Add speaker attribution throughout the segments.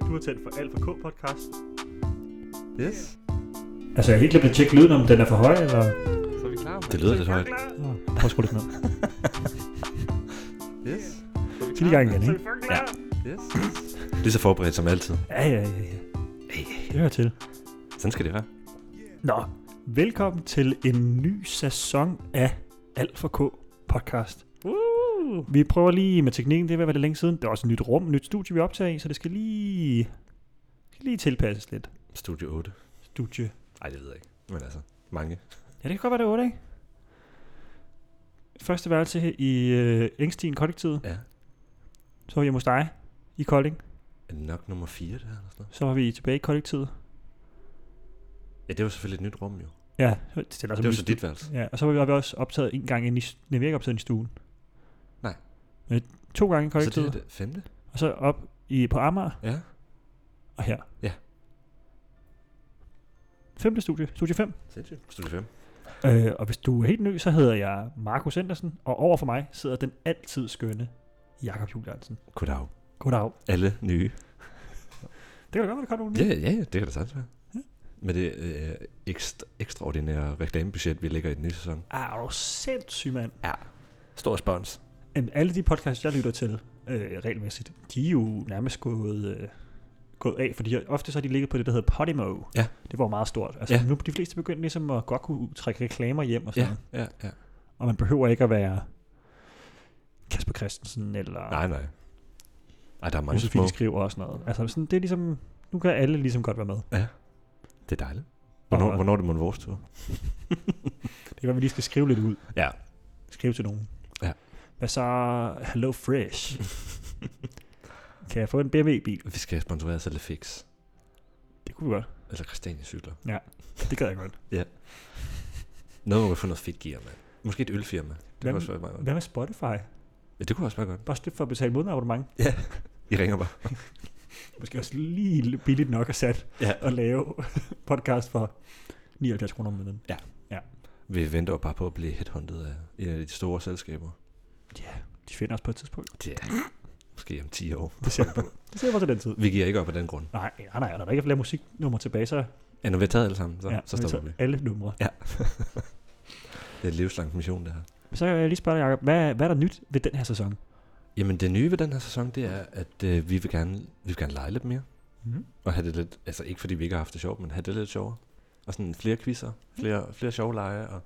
Speaker 1: Kurtelt for Alfa K podcast.
Speaker 2: Yes.
Speaker 3: Altså, jeg har helt glemt at tjekke lyden, om den er for høj, eller...
Speaker 4: Så er vi klar, mand.
Speaker 2: Det lyder lidt højt.
Speaker 3: Nå, Prøv at skrue lidt ned.
Speaker 2: Yes.
Speaker 4: Så er vi
Speaker 3: Sig det i
Speaker 4: klar,
Speaker 3: gang igen,
Speaker 1: Så er vi
Speaker 3: ikke?
Speaker 1: fucking klar.
Speaker 2: Yes. Lige så forberedt som altid.
Speaker 3: Ja, ja, ja, ja. Det hører til.
Speaker 2: Sådan skal det være.
Speaker 3: Nå, velkommen til en ny sæson af Alt for K podcast. Uh. Vi prøver lige med teknikken, det har været lidt længe siden. Det er også et nyt rum, et nyt studie, vi optager i, så det skal lige, skal lige tilpasses lidt.
Speaker 2: Studio 8.
Speaker 3: Studie.
Speaker 2: Nej, det ved jeg ikke. Men altså, mange.
Speaker 3: Ja, det kan godt være, det er 8, ikke? Første værelse her i øh, Engstien Kollektivet.
Speaker 2: Ja.
Speaker 3: Så var jeg hos dig i Kolding.
Speaker 2: Er det nok nummer 4, det her? Eller sådan noget?
Speaker 3: Så var vi tilbage i Kollektivet.
Speaker 2: Ja, det var selvfølgelig et nyt rum, jo.
Speaker 3: Ja, så- det, er
Speaker 2: Det var så dit værelse.
Speaker 3: Ja, og så var vi- har vi også optaget en gang inde i... Nej, vi har ikke optaget i stuen.
Speaker 2: Nej.
Speaker 3: Men to gange i
Speaker 2: Så det
Speaker 3: kollektivet,
Speaker 2: er det femte?
Speaker 3: og så op i, på Amager
Speaker 2: Ja.
Speaker 3: og her.
Speaker 2: Ja.
Speaker 3: Femte studie, studie 5.
Speaker 2: Sindssygt. Studie 5.
Speaker 3: Øh, og hvis du er helt ny, så hedder jeg Markus Andersen, og over for mig sidder den altid skønne Jakob Juliansen.
Speaker 2: Goddag.
Speaker 3: Goddag.
Speaker 2: Alle nye.
Speaker 3: Det kan da godt være, der kommer nogen
Speaker 2: Ja,
Speaker 3: nye.
Speaker 2: ja, ja, det kan da sagtens være. Med det øh, ekstra, ekstraordinære reklamebudget, vi lægger i den nye sæson.
Speaker 3: Ah, er du sindssyg, mand.
Speaker 2: Stor respons.
Speaker 3: Jamen, alle de podcasts, jeg lytter til øh, regelmæssigt, de er jo nærmest gået, øh, gået af, fordi ofte så har de ligget på det, der hedder Podimo.
Speaker 2: Ja.
Speaker 3: Det var jo meget stort. Altså,
Speaker 2: Ja.
Speaker 3: ja. nu er de fleste begyndt ligesom at godt kunne trække reklamer hjem og
Speaker 2: Ja,
Speaker 3: sådan ja.
Speaker 2: ja, ja.
Speaker 3: Og man behøver ikke at være Kasper Christensen eller
Speaker 2: Nej, nej. Ej, der er mange små.
Speaker 3: Josefine Skriver og sådan noget. Altså, sådan, det er ligesom, nu kan alle ligesom godt være med.
Speaker 2: Det er dejligt. Hvornår,
Speaker 3: Og-
Speaker 2: hvornår er det mon vores tur?
Speaker 3: Det kan være, vi lige skal skrive lidt ud.
Speaker 2: Ja.
Speaker 3: Skrive til nogen.
Speaker 2: Ja.
Speaker 3: Hvad så? Hello Fresh. kan jeg få en BMW-bil?
Speaker 2: Vi skal sponsorere Salafix.
Speaker 3: Det kunne vi godt.
Speaker 2: Eller Christiania cykler.
Speaker 3: Det gad jeg godt.
Speaker 2: Noget, hvor vi får noget fedt gear, mand. Måske et ølfirma. Det
Speaker 3: Hvem-
Speaker 2: kunne også være meget godt.
Speaker 3: Hvad med Spotify?
Speaker 2: Ja, det kunne også være godt.
Speaker 3: Bare slippe for at betale månedsabonnement.
Speaker 2: I ringer bare.
Speaker 3: Måske også lige billigt nok at sat
Speaker 2: Ja.
Speaker 3: at lave podcast for 79 kroner om måneden.
Speaker 2: Vi venter jo bare på at blive headhunted af et af de store selskaber.
Speaker 3: De finder os på et tidspunkt.
Speaker 2: Ja. Måske om 10 år.
Speaker 3: Det ser vi på. Det ser vi på til den tid.
Speaker 2: Vi giver ikke op af den grund.
Speaker 3: Nej, nej, nej, når der ikke er flere musiknumre tilbage, så,
Speaker 2: Ja, når vi har taget alle sammen, så, ja, så
Speaker 3: vi
Speaker 2: stopper
Speaker 3: tager
Speaker 2: vi.
Speaker 3: alle numre.
Speaker 2: Det er et livslangt mission, det her.
Speaker 3: Så kan jeg lige spørge dig, Jacob, hvad, hvad er der nyt ved den her sæson?
Speaker 2: Jamen, det nye ved den her sæson, det er, at øh, vi, vil gerne, vi vil gerne lege lidt mere.
Speaker 3: Mm.
Speaker 2: Og have det lidt, altså ikke fordi vi ikke har haft det sjovt, men have det lidt sjovere. Og sådan flere quizzer, flere, flere sjove lege, og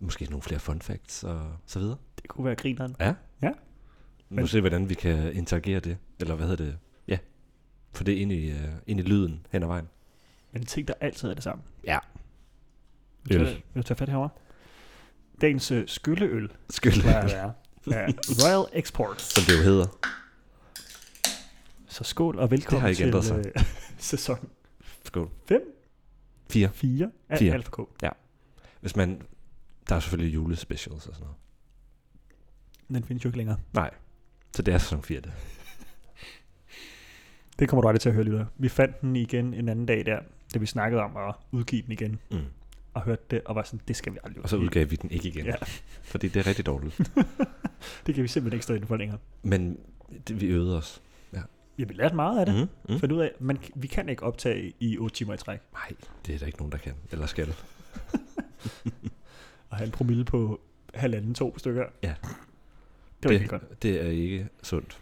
Speaker 2: måske nogle flere fun facts, og så videre.
Speaker 3: Det kunne være grineren.
Speaker 2: Men...
Speaker 3: Men-
Speaker 2: Nu se, hvordan vi kan interagere det. Eller hvad hedder det? Ja. Få det ind i, uh, ind i lyden hen ad vejen.
Speaker 3: Men en ting, der altid er det samme.
Speaker 2: Ja.
Speaker 3: Vil du
Speaker 2: Øl.
Speaker 3: tage- Vil du tage fat herovre? Dagens øh, skylleøl,
Speaker 2: Skyld.
Speaker 3: plejer at være. Ja, Royal Export.
Speaker 2: Som det jo hedder.
Speaker 3: Så skål og velkommen
Speaker 2: Det har ikke
Speaker 3: til
Speaker 2: ændret sig.
Speaker 3: øh, sæson
Speaker 2: Skål.
Speaker 3: 5,
Speaker 2: Fire.
Speaker 3: 4 af
Speaker 2: Fire.
Speaker 3: Alfa K.
Speaker 2: Hvis man... Der er selvfølgelig julespecials og sådan noget.
Speaker 3: Den findes jo ikke længere.
Speaker 2: Nej. Så det er sæson 4, det.
Speaker 3: Det kommer du aldrig til at høre, lytter. Vi fandt den igen en anden dag der, da vi snakkede om at udgive den igen,
Speaker 2: Mm.
Speaker 3: og hørte det, og var sådan, det skal vi aldrig
Speaker 2: Og så udgav vi den ikke igen.
Speaker 3: Ja.
Speaker 2: Fordi det er rigtig dårligt.
Speaker 3: Det kan vi simpelthen ikke stå inden for længere.
Speaker 2: Men det, vi øvede os.
Speaker 3: Ja, vi lærte meget af det.
Speaker 2: Mm.
Speaker 3: Mm.
Speaker 2: Mm.
Speaker 3: Fandt ud af, man, vi kan ikke optage i 8 timer i træk,
Speaker 2: Nej, det er der ikke nogen, der kan. Eller skal.
Speaker 3: og have en promille på halvanden, to stykker.
Speaker 2: Ja.
Speaker 3: Det var ikke godt.
Speaker 2: det er ikke sundt.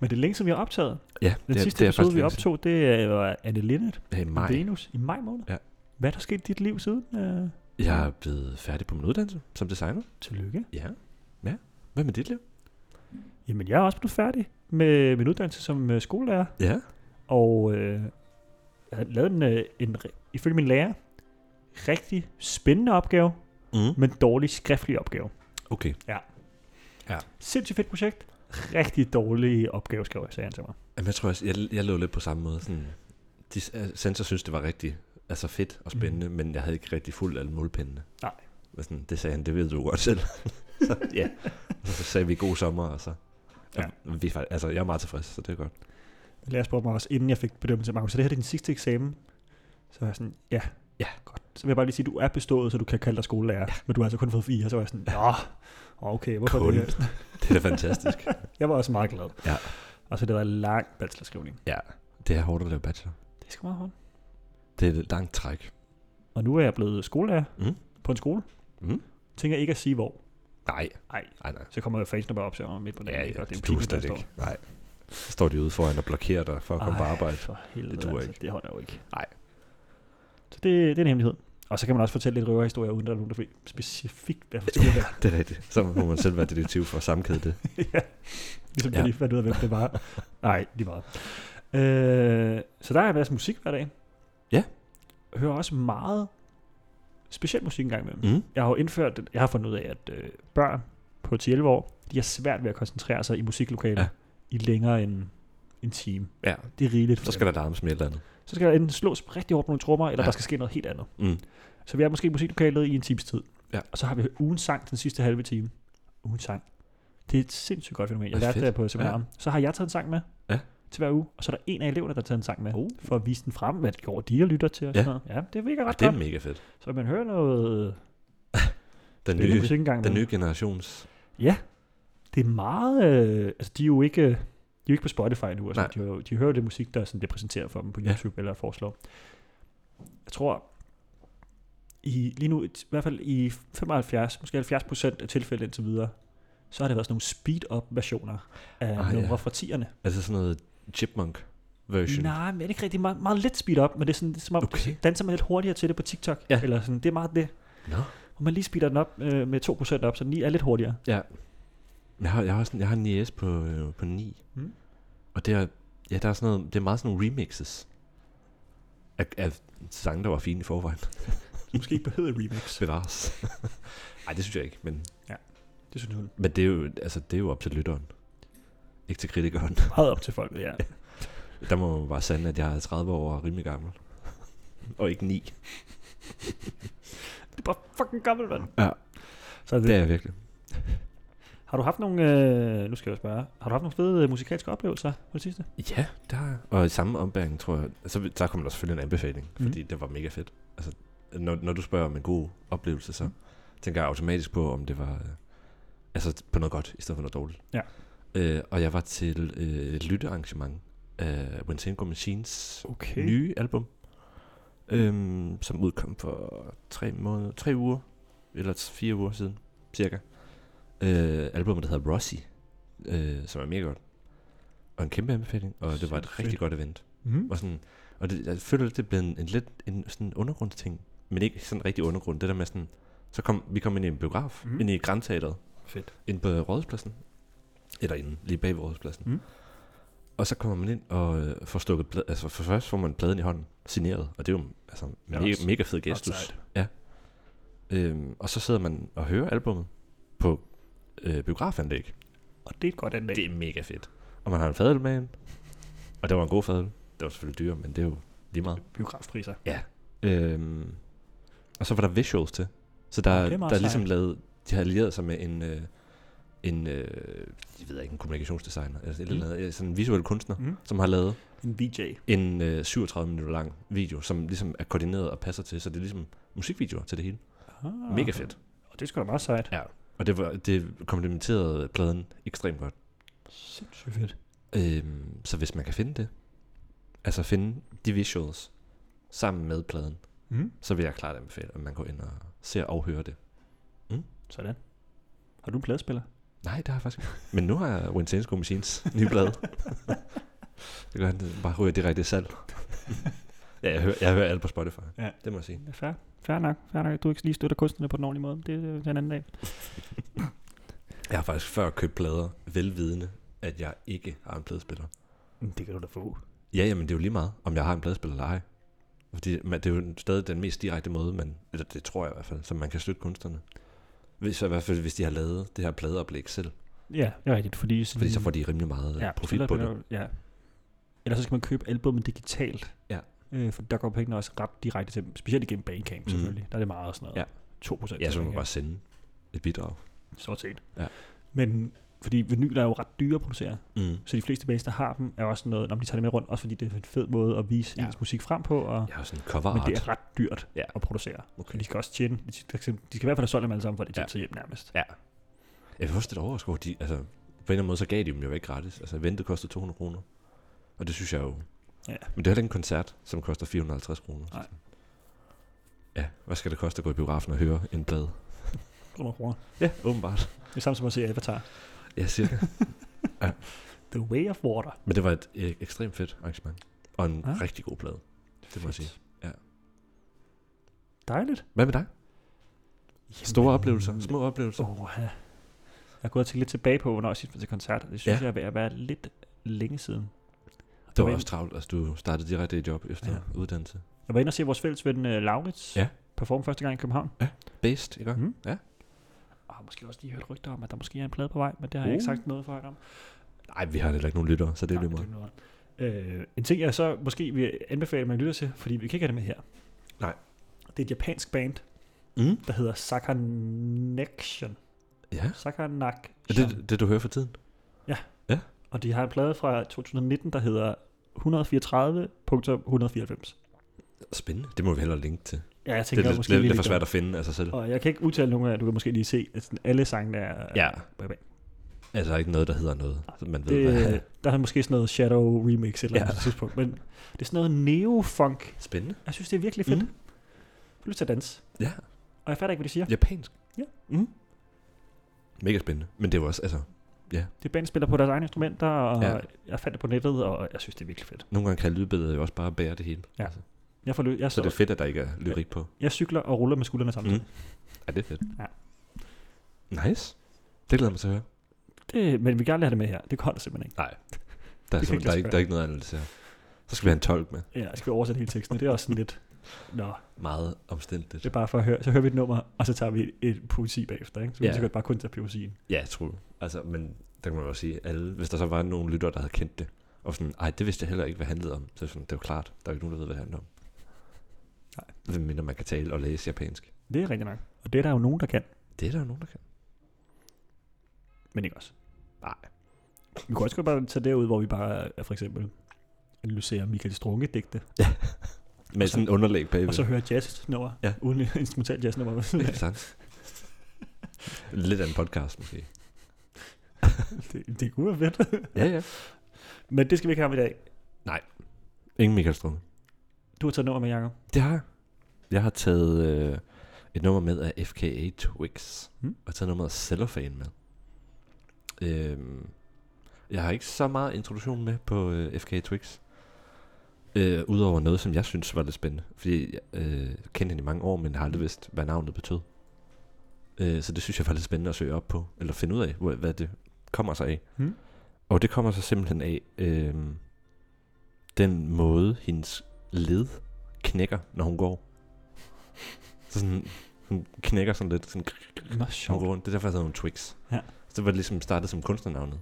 Speaker 3: Men det er længe, som vi har optaget.
Speaker 2: Ja,
Speaker 3: Den
Speaker 2: det, er-
Speaker 3: sidste
Speaker 2: det er
Speaker 3: episode, vi
Speaker 2: længe siden.
Speaker 3: optog, det er- var Anne Linnet
Speaker 2: Ja, i
Speaker 3: i
Speaker 2: maj.
Speaker 3: Venus i maj måned.
Speaker 2: Ja.
Speaker 3: Hvad er der sket i dit liv siden? Uh,
Speaker 2: Jeg er blevet færdig på min uddannelse som designer.
Speaker 3: tillykke.
Speaker 2: Ja. Ja. Hvad med dit liv?
Speaker 3: Jamen, jeg er også blevet færdig med min uddannelse som øh, skolelærer.
Speaker 2: Ja.
Speaker 3: Og øh, jeg havde lavet en, øh, en, re- ifølge min lærer, rigtig spændende opgave,
Speaker 2: Mm.
Speaker 3: men dårlig skriftlig opgave.
Speaker 2: Okay.
Speaker 3: Sindssygt fedt projekt. Rigtig dårlig opgave, skrev jeg, sagde han til mig.
Speaker 2: Jamen, jeg tror også, jeg, jeg lå lidt på samme måde. Sådan, de øh, sensor synes, det var rigtig altså fedt og spændende, mm. men jeg havde ikke rigtig fuldt alle målpindene.
Speaker 3: Nej.
Speaker 2: Men sådan, det sagde han, det ved du godt selv. så, ja. Og så sagde vi god sommer, og så...
Speaker 3: Ja.
Speaker 2: Ja. Vi, er fakt- altså, jeg er meget tilfreds, så det er godt.
Speaker 3: Min lærer spurgte mig også, inden jeg fik bedømmelse af Markus, så det her det er din sidste eksamen? Så var jeg sådan, ja.
Speaker 2: Ja.
Speaker 3: Godt. Så vil jeg bare lige sige, at du er bestået, så du kan kalde dig skolelærer. Ja. Men du har altså kun fået fire, så var jeg sådan, ja, okay, hvorfor
Speaker 2: Kun.
Speaker 3: det her?
Speaker 2: Det er da fantastisk.
Speaker 3: Jeg var også meget glad.
Speaker 2: Ja.
Speaker 3: Og så har det været en lang bachelorskrivning.
Speaker 2: Ja, det er hårdt at lave bachelor.
Speaker 3: Det er sgu meget hårdt.
Speaker 2: Det er et langt træk.
Speaker 3: Og nu er jeg blevet skolelærer
Speaker 2: Mm.
Speaker 3: på en skole.
Speaker 2: Mm.
Speaker 3: Tænker ikke at sige hvor.
Speaker 2: Nej.
Speaker 3: Ej.
Speaker 2: Nej, nej.
Speaker 3: Så kommer fansen bare op til mig midt på dagen.
Speaker 2: Ja,
Speaker 3: ikke?
Speaker 2: ja,
Speaker 3: Og det er jo
Speaker 2: du er
Speaker 3: pinligt,
Speaker 2: slet
Speaker 3: der
Speaker 2: ikke. Nej. Så står de ude foran og blokerer dig for at komme på
Speaker 3: Ej,
Speaker 2: arbejde.
Speaker 3: For helvede, det,
Speaker 2: duer
Speaker 3: altså,
Speaker 2: ikke.
Speaker 3: det holder jo ikke.
Speaker 2: Nej.
Speaker 3: Så det, det er en hemmelighed. Og så kan man også fortælle lidt røverhistorier, uden at der er nogen, der ved specifikt, hvad for skulle være.
Speaker 2: Det er rigtigt. Så må man selv være detektiv for at sammenkæde det.
Speaker 3: ja. Ligesom ja.
Speaker 2: Ja.
Speaker 3: jeg lige fandt ud af, hvem det var. Nej, lige meget. Øh, så der er en masse musik hver dag.
Speaker 2: Ja.
Speaker 3: Jeg hører også meget speciel musik engang imellem.
Speaker 2: Mm.
Speaker 3: Jeg har jo indført, jeg har fundet ud af, at øh, børn på 10-11 år, de har svært ved at koncentrere sig i musiklokaler ja.
Speaker 2: Ja.
Speaker 3: i længere end en time.
Speaker 2: Ja,
Speaker 3: Det er rigeligt. for
Speaker 2: så
Speaker 3: dem.
Speaker 2: skal der larmes med et eller andet.
Speaker 3: så skal der enten slås rigtig hårdt på nogle trommer, eller ja.
Speaker 2: Ja.
Speaker 3: der skal ske noget helt andet.
Speaker 2: Mm.
Speaker 3: Så vi er måske i musiklokalet i en times tid.
Speaker 2: Ja.
Speaker 3: Og så har vi ugens sang den sidste halve time. Ugens sang. Det er et sindssygt godt fænomen. Jeg
Speaker 2: Det er
Speaker 3: lærte
Speaker 2: fedt.
Speaker 3: det på seminaren. Ja. Så har jeg taget en sang med
Speaker 2: Ja.
Speaker 3: til hver uge, og så er der en af eleverne, der har taget en sang med,
Speaker 2: Uh.
Speaker 3: for at vise den frem, hvad det går, de og lytter til. Og
Speaker 2: Ja.
Speaker 3: sådan noget. ja det virker
Speaker 2: Og
Speaker 3: ret
Speaker 2: det
Speaker 3: godt.
Speaker 2: er mega fedt.
Speaker 3: Så man hører noget
Speaker 2: Den
Speaker 3: spændende
Speaker 2: nye,
Speaker 3: musik engang.
Speaker 2: den
Speaker 3: imellem.
Speaker 2: nye generations...
Speaker 3: Det er meget... Øh, altså, de er jo ikke... øh, De er jo ikke på Spotify nu, altså,
Speaker 2: Nej.
Speaker 3: de, hører jo- de hører jo det musik, der sådan, bliver præsenteret for dem på
Speaker 2: Ja.
Speaker 3: YouTube eller foreslår. Jeg tror, i, lige nu, i t- i hvert fald i 75, måske 70 procent af tilfælde indtil videre, så har det været sådan nogle speed-up-versioner af
Speaker 2: Ah,
Speaker 3: ah,
Speaker 2: ja.
Speaker 3: numre fra 10'erne.
Speaker 2: Altså sådan noget chipmunk version.
Speaker 3: Nej, men det er ikke rigtig meget, meget lidt speed-up, men det er, sådan, det er som om,
Speaker 2: Okay.
Speaker 3: okay. danser man lidt hurtigere til det på TikTok.
Speaker 2: Ja.
Speaker 3: Eller sådan, det er meget det.
Speaker 2: Nå.
Speaker 3: Og man lige speeder den op øh, med 2% op, så den lige er lidt hurtigere.
Speaker 2: Jeg har, jeg har, sådan, jeg har en niece på, øh, på 9.
Speaker 3: Mm.
Speaker 2: Mm. Og det er, ja, der er sådan noget, det er meget sådan nogle remixes. Af, af sange, der var fine i forvejen.
Speaker 3: Så måske ikke behøver remix.
Speaker 2: Bevares. Nej, det synes jeg ikke. Men,
Speaker 3: Det synes hun.
Speaker 2: men det, er jo, altså, det er jo op til lytteren. Ikke til kritikeren.
Speaker 3: Meget op til folket, ja.
Speaker 2: Der må man bare sande, at jeg er 30 år og er rimelig gammel. og ikke 9.
Speaker 3: Det er bare fucking gammel, mand.
Speaker 2: Ja.
Speaker 3: Så er det.
Speaker 2: Det er jeg virkelig.
Speaker 3: Har du haft nogle, øh, nu skal jeg spørge, har du haft nogle fede øh, musikalske oplevelser på det sidste?
Speaker 2: Ja, der Og i samme ombæring, tror jeg, altså, der kom der selvfølgelig en anbefaling,
Speaker 3: Mhm.
Speaker 2: fordi det var mega fedt. Altså, når, når du spørger om en god oplevelse, så
Speaker 3: Mhm.
Speaker 2: tænker jeg automatisk på, om det var øh, altså, på noget godt, i stedet for noget dårligt.
Speaker 3: Ja.
Speaker 2: Øh, og jeg var til øh, et lyttearrangement af Winsengo Machines
Speaker 3: Okay.
Speaker 2: okay. nye album, øhm, som udkom for tre, måneder, tre uger, eller t- fire uger siden, cirka. Øh, albumet, der hedder Rossi, øh, som er mega godt. Og en kæmpe anbefaling, og det var et
Speaker 3: Så
Speaker 2: rigtig
Speaker 3: fedt.
Speaker 2: godt event.
Speaker 3: Mm.
Speaker 2: Og, sådan, og det, jeg føler, lidt, det er blevet en, en lidt en sådan undergrundsting, men ikke sådan rigtig undergrund. Det der med sådan, så kom, vi kom ind i en biograf,
Speaker 3: Mhm.
Speaker 2: mm. ind i Grandteateret,
Speaker 3: Fedt.
Speaker 2: ind på øh, Rådhuspladsen. Eller inde, lige bag ved Rådhuspladsen.
Speaker 3: Mm.
Speaker 2: Mm. Og så kommer man ind og øh, får stukket blad, altså for først får man pladen i hånden, signeret, og det er jo altså,
Speaker 3: Ja,
Speaker 2: mega,
Speaker 3: også-
Speaker 2: mega fed gestus. Øhm, og så sidder man og hører albummet på øh, biografanlæg.
Speaker 3: Og det er et godt anlæg.
Speaker 2: Det er mega fedt. Og man har en fadøl med ind, og det var en god fadøl. Det var selvfølgelig dyr, men det er jo lige meget.
Speaker 3: biografpriser.
Speaker 2: Øhm, og så var der visuals til. Så der,
Speaker 3: det er
Speaker 2: okay,
Speaker 3: meget
Speaker 2: der er ligesom
Speaker 3: sejt.
Speaker 2: lavet, de har allieret sig med en, øh, en øh, jeg ved ikke, en kommunikationsdesigner, eller, mm.
Speaker 3: Mm.
Speaker 2: eller andet, øh, sådan en visuel kunstner,
Speaker 3: Mm.
Speaker 2: som har lavet
Speaker 3: En VJ.
Speaker 2: en øh, 37 minutter lang video, som ligesom er koordineret og passer til, så det er ligesom musikvideoer til det hele.
Speaker 3: Ah.
Speaker 2: Ah. Mega fedt.
Speaker 3: Og det er sgu da meget sejt.
Speaker 2: Og det, var, det komplementerede pladen ekstremt godt.
Speaker 3: Sindssygt fedt.
Speaker 2: Øhm, så hvis man kan finde det, altså finde de visuals sammen med pladen,
Speaker 3: Mm.
Speaker 2: så vil jeg klart anbefale, at man går ind og ser og hører det.
Speaker 3: Sådan. Har du en pladespiller?
Speaker 2: Nej, det har jeg faktisk ikke. Men nu har jeg Winsensko Machines nye blad. det gør han det bare ryger direkte i salg. ja, jeg hører, jeg hører alt på Spotify.
Speaker 3: Ja.
Speaker 2: Det må jeg sige.
Speaker 3: Fair. Fair nok. Fair nok. Du ikke lige støtter kunstnerne på den ordentlige måde. Det er den anden dag.
Speaker 2: Jeg har faktisk før købt plader, velvidende, at jeg ikke har en pladespiller. Mm,
Speaker 3: Det kan du da få.
Speaker 2: Ja, jamen det er jo lige meget, om jeg har en pladespiller eller ej. Fordi man, det er jo stadig den mest direkte måde, man, eller det tror jeg i hvert fald, som man kan støtte kunstnerne. Hvis, i hvert fald, hvis de har lavet det her pladeoplæg selv.
Speaker 3: Ja, det er rigtigt. Fordi, sådan,
Speaker 2: Fordi så får de rimelig meget ja, profit på det.
Speaker 3: Ja. Ellers så skal man købe albumet digitalt.
Speaker 2: Ja.
Speaker 3: Øh, for der går pengene også ret direkte til dem. Specielt igennem Bandcamp mm.
Speaker 2: Mhm.
Speaker 3: selvfølgelig. Der er det meget sådan noget.
Speaker 2: Ja.
Speaker 3: 2 procent.
Speaker 2: Ja, så må man bare sende et bidrag.
Speaker 3: Stort set.
Speaker 2: Ja.
Speaker 3: Men fordi vinyler er jo ret dyre at producere,
Speaker 2: Mm.
Speaker 3: så de fleste bands, der har dem, er også noget, når de tager det med rundt, også fordi det er en fed måde at vise ja.
Speaker 2: Ja.
Speaker 3: ens musik frem på, og,
Speaker 2: Jeg har sådan en cover
Speaker 3: men
Speaker 2: art.
Speaker 3: det er ret dyrt
Speaker 2: Ja.
Speaker 3: at producere.
Speaker 2: Okay.
Speaker 3: Så de skal også tjene, de skal, de skal i hvert fald have solgt dem alle sammen, for at de
Speaker 2: Ja.
Speaker 3: tager ja. hjem nærmest.
Speaker 2: Jeg er også lidt overrasket over, de, altså, på en eller anden måde, så gav de dem jo ikke gratis. Altså, ventet kostede 200 kroner. Og det synes jeg jo...
Speaker 3: Ja.
Speaker 2: Men det er heller ikke en koncert, som koster 450 kroner.
Speaker 3: Nej.
Speaker 2: Ja, hvad skal det koste at gå i biografen og høre en plade?
Speaker 3: 100 kroner.
Speaker 2: Ja, åbenbart.
Speaker 3: Det er samme som at se Avatar.
Speaker 2: Ja, cirka.
Speaker 3: The Way of Water.
Speaker 2: Men det var et øh, ekstremt fedt arrangement. Og en
Speaker 3: Ja.
Speaker 2: ja. rigtig god plade. Det må jeg sige. Ja.
Speaker 3: Dejligt.
Speaker 2: Hvad med dig? Store
Speaker 3: Jamen,
Speaker 2: oplevelser? Små oplevelser? Oh.
Speaker 3: Åh, ja. Jeg er gået og tænkt lidt tilbage på, hvornår jeg sidst var til koncert. Det synes ja.
Speaker 2: Ja.
Speaker 3: jeg er ved at være lidt længe siden.
Speaker 2: Det var
Speaker 3: ind-
Speaker 2: også travlt, altså du startede direkte i job efter
Speaker 3: Ja.
Speaker 2: ja. uddannelse.
Speaker 3: Jeg var inde og se vores fælles ven uh, Laurits
Speaker 2: Ja.
Speaker 3: performe første gang i København.
Speaker 2: Based, ikke?
Speaker 3: Mhm.
Speaker 2: Mm. Ja.
Speaker 3: Og har måske også lige hørt rygter om, at der måske er en plade på vej, men det har uh. jeg
Speaker 2: Uh.
Speaker 3: ikke sagt noget for højt om.
Speaker 2: Nej, vi har heller ikke nogen lyttere, så det er jo lige meget.
Speaker 3: meget. Øh, en ting, jeg så måske vil anbefale, at man lytter til, fordi vi kan ikke have det med her.
Speaker 2: Nej.
Speaker 3: Det er et japansk band,
Speaker 2: Mm.
Speaker 3: der hedder Sakanection.
Speaker 2: Ja.
Speaker 3: Sakanak.
Speaker 2: Er det det, du hører for tiden?
Speaker 3: Og de har en plade fra 2019, der hedder 134.194.
Speaker 2: Spændende. Det må vi hellere linke til.
Speaker 3: Ja, jeg
Speaker 2: Det
Speaker 3: tænker
Speaker 2: er lidt,
Speaker 3: måske
Speaker 2: lidt,
Speaker 3: lige
Speaker 2: lidt for
Speaker 3: lidt
Speaker 2: svært at finde af sig selv.
Speaker 3: der. Og jeg kan ikke udtale nogen af, du kan måske lige se, at sådan alle sangene er...
Speaker 2: Ja.
Speaker 3: bag- bag.
Speaker 2: Altså, der er ikke noget, der hedder noget, som man ved, hvad
Speaker 3: Det, øh, der er måske sådan noget Shadow Remix eller
Speaker 2: Ja.
Speaker 3: andet på et tidspunkt, men det er sådan noget neo-funk.
Speaker 2: Spændende.
Speaker 3: Jeg synes, det er virkelig fedt. Mm.
Speaker 2: Mm.
Speaker 3: Jeg får lyst til at danse.
Speaker 2: Ja.
Speaker 3: Og jeg fatter ikke, hvad de siger.
Speaker 2: Japansk.
Speaker 3: Ja. Mhm.
Speaker 2: Mm. Mega spændende. Men det var også, altså,
Speaker 3: Det band spiller på deres egne instrumenter, og ja.
Speaker 2: Ja.
Speaker 3: jeg fandt det på nettet, og jeg synes, det er virkelig fedt.
Speaker 2: nogle gange kan lydbilledet jo også bare bære det hele.
Speaker 3: Ja.
Speaker 2: Altså,
Speaker 3: Jeg, får lø- jeg,
Speaker 2: så det
Speaker 3: så,
Speaker 2: er fedt, at der ikke er lyrik på.
Speaker 3: jeg cykler og ruller med skuldrene samtidig.
Speaker 2: Mm. Ja, det er fedt.
Speaker 3: Ja.
Speaker 2: Nice. Det glæder jeg mig til at høre.
Speaker 3: Det, men vi kan aldrig have det med her. Det holder simpelthen ikke.
Speaker 2: Nej. Der er,
Speaker 3: Det kan
Speaker 2: simpelthen-
Speaker 3: ikke lade
Speaker 2: der, er
Speaker 3: sig
Speaker 2: ikke, der er ikke noget andet her. Så skal vi have en tolk med.
Speaker 3: Ja, jeg skal oversætte hele teksten. Det er også sådan lidt... Nå,
Speaker 2: Meget omstændigt.
Speaker 3: det er bare for at høre. Så hører vi et nummer, og så tager vi et, et poesi bagefter. Ikke? Så vi
Speaker 2: Ja.
Speaker 3: kan så godt bare kun tage poesien.
Speaker 2: Ja, jeg tror. Altså, men der kan man jo også sige, alle, hvis der så var nogen lyttere, der havde kendt det, og sådan, ej, det vidste jeg heller ikke, hvad det handlede om. Så sådan, det er jo klart, der er jo ikke nogen, der ved, hvad det handler om.
Speaker 3: Nej.
Speaker 2: Hvem mindre man kan tale og læse japansk.
Speaker 3: Det er rigtigt nok. Og det er der jo nogen, der kan,
Speaker 2: Det er der jo nogen, der kan.
Speaker 3: men ikke os.
Speaker 2: Nej.
Speaker 3: Vi kunne også godt bare tage derud, hvor vi bare øh, for eksempel analyserer Michael Strunke digte,
Speaker 2: Med
Speaker 3: Og så-
Speaker 2: sådan en underlæg bagved.
Speaker 3: og så hører jazznummer, ja.
Speaker 2: Ja.
Speaker 3: uden instrumental jazznummer.
Speaker 2: Ikke sandt? Lidt af en podcast, måske.
Speaker 3: det, det kunne være fedt.
Speaker 2: Ja, ja.
Speaker 3: Men det skal vi ikke have om i dag.
Speaker 2: Ingen Michael Strunge.
Speaker 3: Du har taget nummer med, Jacob.
Speaker 2: Det har jeg. Jeg har taget øh, et nummer med af FKA Twix.
Speaker 3: Mm.
Speaker 2: Mm. Og taget nummeret Cellophane med. Øhm, jeg har ikke så meget introduktion med på øh, FKA Twix. Øh, Udover noget, som jeg synes var lidt spændende. Fordi jeg øh, kendte hende i mange år, men har aldrig vidst, hvad navnet betød. Øh, så det synes jeg var lidt spændende at søge op på. Eller finde ud af, hvor, hvad det kommer sig af.
Speaker 3: Mm.
Speaker 2: Og det kommer sig simpelthen af øh, den måde, hendes led knækker, når hun går. Så sådan, hun knækker sådan lidt, sådan,
Speaker 3: Nå,
Speaker 2: hun
Speaker 3: sjovt.
Speaker 2: går rundt. Det er derfor, jeg hedder hun Twix.
Speaker 3: Ja.
Speaker 2: Så det var det ligesom startet som kunstnernavnet.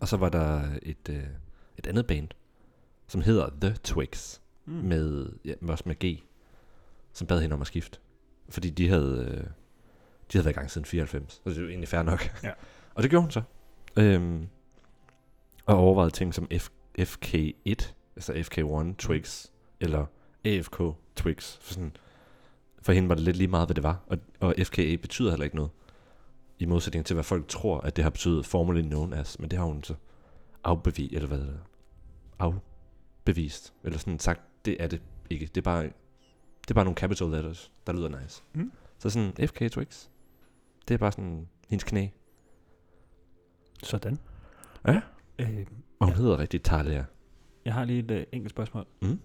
Speaker 2: Og så var der et, øh, et andet band, som hedder The Twix,
Speaker 3: Mm.
Speaker 2: mm. med, ja, men også med G, som bad hende om at skifte. Fordi de havde, øh, de havde været i gang siden 94, så det er jo egentlig fair nok.
Speaker 3: Ja.
Speaker 2: og det gjorde hun så. Øhm, og overvejede ting som F- FK1, altså
Speaker 3: Mm.
Speaker 2: FK1 Twix, eller AFK Twix. For, sådan, for hende var det lidt lige meget, hvad det var. Og, og FKA betyder heller ikke noget. I modsætning til, hvad folk tror, at det har betydet formally known as. Men det har hun så afbevist, eller hvad det er. Afbevist. Eller sådan sagt, det er det ikke. Det er bare, det er bare nogle capital letters, der lyder nice.
Speaker 3: Mm.
Speaker 2: Så sådan, FK Twix. Det er bare sådan hendes knæ.
Speaker 3: Sådan.
Speaker 2: Ja.
Speaker 3: Øh,
Speaker 2: Og hun ja. hedder rigtig Talia.
Speaker 3: jeg har lige et øh, enkelt spørgsmål.
Speaker 2: Mm.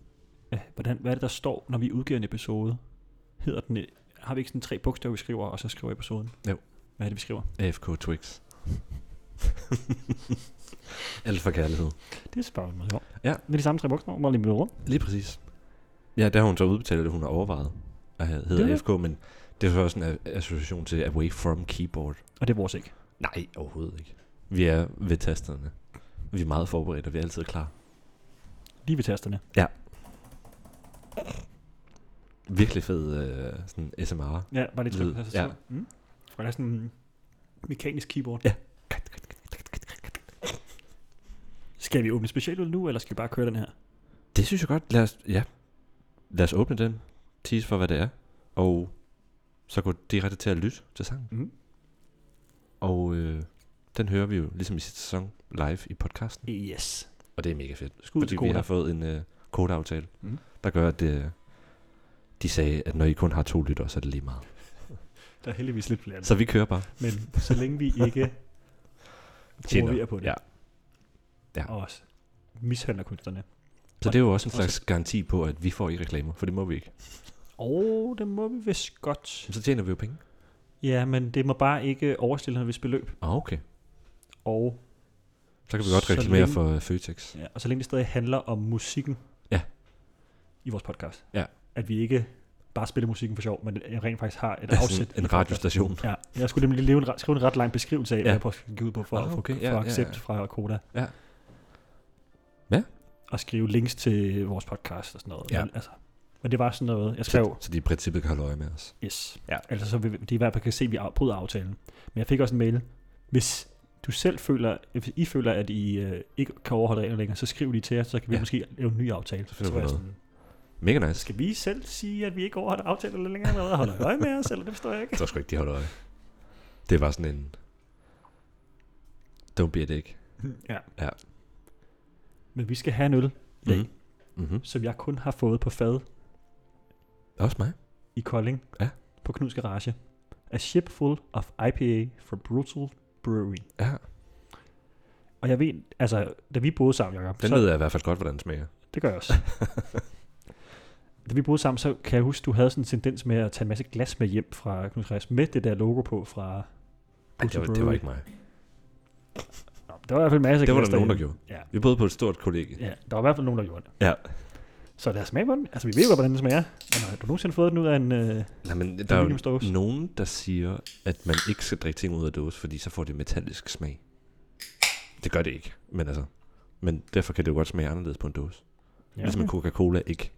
Speaker 3: Øh, hvordan, hvad er det, der står, når vi udgiver en episode? Hedder den, øh, har vi ikke sådan tre bogstaver, vi skriver, og så skriver episoden?
Speaker 2: Jo.
Speaker 3: Hvad er det, vi skriver?
Speaker 2: AFK Twix. Alt for kærlighed.
Speaker 3: Det er spørgsmålet meget sjovt.
Speaker 2: Ja.
Speaker 3: Det er de samme tre bogstaver, bare lige byttet rundt.
Speaker 2: Lige præcis. Ja, der har hun så udbetalt, at hun har overvejet at have- hedder
Speaker 3: Det er
Speaker 2: FK, men det er så også en a- association til Away From Keyboard.
Speaker 3: Og det er vores ikke.
Speaker 2: Nej, overhovedet ikke. Vi er ved tasterne. Vi er meget forberedt, og vi er altid klar.
Speaker 3: Lige ved tasterne.
Speaker 2: Virkelig fed øh, sådan SMR.
Speaker 3: Ja, bare lige tryk
Speaker 2: Lyd.
Speaker 3: på
Speaker 2: Ja.
Speaker 3: tastaturet. Mm. Fra der er sådan en mekanisk keyboard.
Speaker 2: Ja.
Speaker 3: Skal vi åbne specialøl nu, eller skal vi bare køre den her?
Speaker 2: Det synes jeg godt. Lad os, ja. Lad os åbne den. Tease for, hvad det er. Og så gå direkte til at lytte til sangen.
Speaker 3: Mhm.
Speaker 2: Og øh, Den hører vi jo ligesom i sidste sæson live i podcasten.
Speaker 3: Yes.
Speaker 2: Og det er mega fedt.
Speaker 3: Skud til
Speaker 2: fordi vi
Speaker 3: Koda. Mhm.
Speaker 2: har fået en øh, kodeaftale,
Speaker 4: Mm.
Speaker 2: mm. der gør, at øh, de sagde, at når I kun har to lyttere, så er det lige meget.
Speaker 3: Der er heldigvis lidt flere.
Speaker 2: Så vi kører bare.
Speaker 3: Men så længe vi ikke promoverer på det.
Speaker 2: Ja. Ja.
Speaker 3: Og også mishandler kunstnerne.
Speaker 2: Så det er jo også
Speaker 3: Og
Speaker 2: en
Speaker 3: så-
Speaker 2: slags garanti på, at vi får ikke reklamer, for det må vi ikke.
Speaker 3: Åh, oh, det må vi vist godt.
Speaker 2: Men Så tjener vi jo penge.
Speaker 3: Ja, men det må bare ikke overstille et vist beløb.
Speaker 2: Ah, okay.
Speaker 3: Og,
Speaker 2: Så kan vi godt
Speaker 3: Så
Speaker 2: reklamere
Speaker 3: længe-
Speaker 2: for øh, Føtex.
Speaker 3: ja, og så længe det stadig handler om musikken
Speaker 2: Ja.
Speaker 3: i vores podcast.
Speaker 2: Ja.
Speaker 3: At vi ikke bare spiller musikken for sjov, men at rent faktisk har et
Speaker 2: Ja, sådan
Speaker 3: afsæt.
Speaker 2: en
Speaker 3: i podcasten.
Speaker 2: radiostation.
Speaker 3: Ja, jeg skulle nemlig leve en, re- skrive en ret lang beskrivelse af, hvad
Speaker 2: Ja.
Speaker 3: jeg podcasten gik ud på for,
Speaker 2: Ah,
Speaker 3: ah,
Speaker 2: okay.
Speaker 3: okay.
Speaker 2: Ja,
Speaker 3: for
Speaker 2: ja,
Speaker 3: accept
Speaker 2: ja.
Speaker 3: fra Koda.
Speaker 2: Ja. Ja.
Speaker 3: Og skrive links til vores podcast og sådan noget.
Speaker 2: Ja.
Speaker 3: Men, altså, men det var sådan noget, jeg skrev,
Speaker 2: Så, så de i princippet kan holde øje med os.
Speaker 3: Yes.
Speaker 2: Ja.
Speaker 3: Altså, så vil, det er i hvert fald kan se, at vi bryder aftalen. Men jeg fik også en mail. Hvis du selv føler, hvis I føler, at I øh, ikke kan overholde reglerne længere, så skriv lige til os, så kan vi
Speaker 2: Ja.
Speaker 3: ja. måske lave en ny aftale.
Speaker 2: Så finder
Speaker 3: var
Speaker 2: vi
Speaker 3: jeg
Speaker 2: noget.
Speaker 3: sådan,
Speaker 2: Mega nice.
Speaker 3: Skal vi selv sige, at vi ikke overholder aftaler lidt længere, eller holder I øje med os, eller det forstår jeg ikke?
Speaker 2: Jeg tror sgu ikke, de holder øje. Det var sådan en... Don't be a dick.
Speaker 3: Ja.
Speaker 2: Ja.
Speaker 3: Men vi skal have en øl, Ja.
Speaker 2: Mhm. Mm-hmm.
Speaker 3: som jeg kun har fået på fad
Speaker 2: Også mig.
Speaker 3: i Kolding
Speaker 2: Ja.
Speaker 3: på Knuds Garage. A ship full of IPA fra Brutal Brewery.
Speaker 2: Ja.
Speaker 3: Og jeg ved, altså, da vi boede sammen, Jacob,
Speaker 2: Den
Speaker 3: så-
Speaker 2: ved jeg i hvert fald godt, hvordan den smager.
Speaker 3: Det gør jeg også. da vi boede sammen, så kan jeg huske, du havde sådan en tendens med at tage en masse glas med hjem fra Knus Reis, med det der logo på fra...
Speaker 2: Ej, det, var, det var ikke mig.
Speaker 3: Nå, der var i hvert fald masser af
Speaker 2: Det var
Speaker 3: glas
Speaker 2: der nogen, der
Speaker 3: derhjemme.
Speaker 2: gjorde.
Speaker 3: Ja.
Speaker 2: Vi boede på et stort kollegie.
Speaker 3: Ja, der var i hvert fald nogen, der gjorde det.
Speaker 2: Ja.
Speaker 3: Så lad os smage på den. Altså, vi ved jo, godt, hvordan den smager. Men har du nogensinde fået den ud af en... Øh...
Speaker 2: Nej, men der er jo
Speaker 3: Aluminiumsdåse.
Speaker 2: nogen, der siger, at man ikke skal drikke ting ud af dåse, fordi så får det metallisk smag. Det gør det ikke, men altså... Men derfor kan det jo godt smage anderledes på en dåse. Ja. Ligesom en Coca-Cola ikke.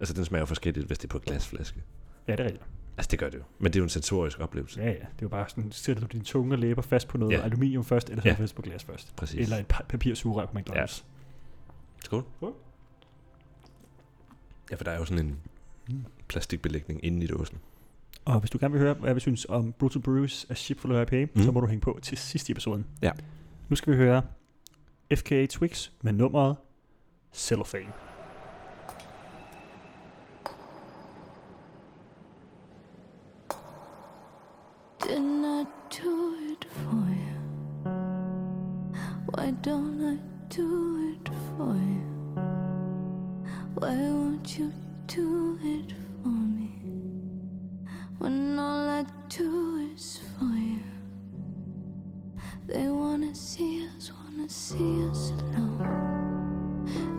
Speaker 2: Altså, den smager jo forskelligt, hvis det er på en glasflaske.
Speaker 3: ja, det er rigtigt.
Speaker 2: Altså, det gør det jo. Men det er jo en sensorisk oplevelse.
Speaker 3: Ja, ja. Det er jo bare sådan, sætter du din tunge og læber fast på noget
Speaker 2: Ja.
Speaker 3: ja. aluminium først, eller
Speaker 2: Ja.
Speaker 3: ja. fast på glas først.
Speaker 2: Præcis.
Speaker 3: Eller et pa- papirsugerør på McDonald's. Ja.
Speaker 2: Skål.
Speaker 3: Skål.
Speaker 2: Ja, for der er jo sådan en
Speaker 3: Mm.
Speaker 2: plastikbelægning inde i dåsen.
Speaker 3: Og hvis du gerne vil høre, hvad vi synes om Brutal Brews af Shipful of IPA, mm. så
Speaker 2: Mhm.
Speaker 3: må du hænge på til sidst i episoden.
Speaker 2: Ja.
Speaker 3: Nu skal vi høre FKA Twix med nummeret Cellophane.
Speaker 5: Didn't I do it for you? Why don't I do it for you? Why won't you do it for me? When all I do is for you. They wanna see us, wanna see us alone.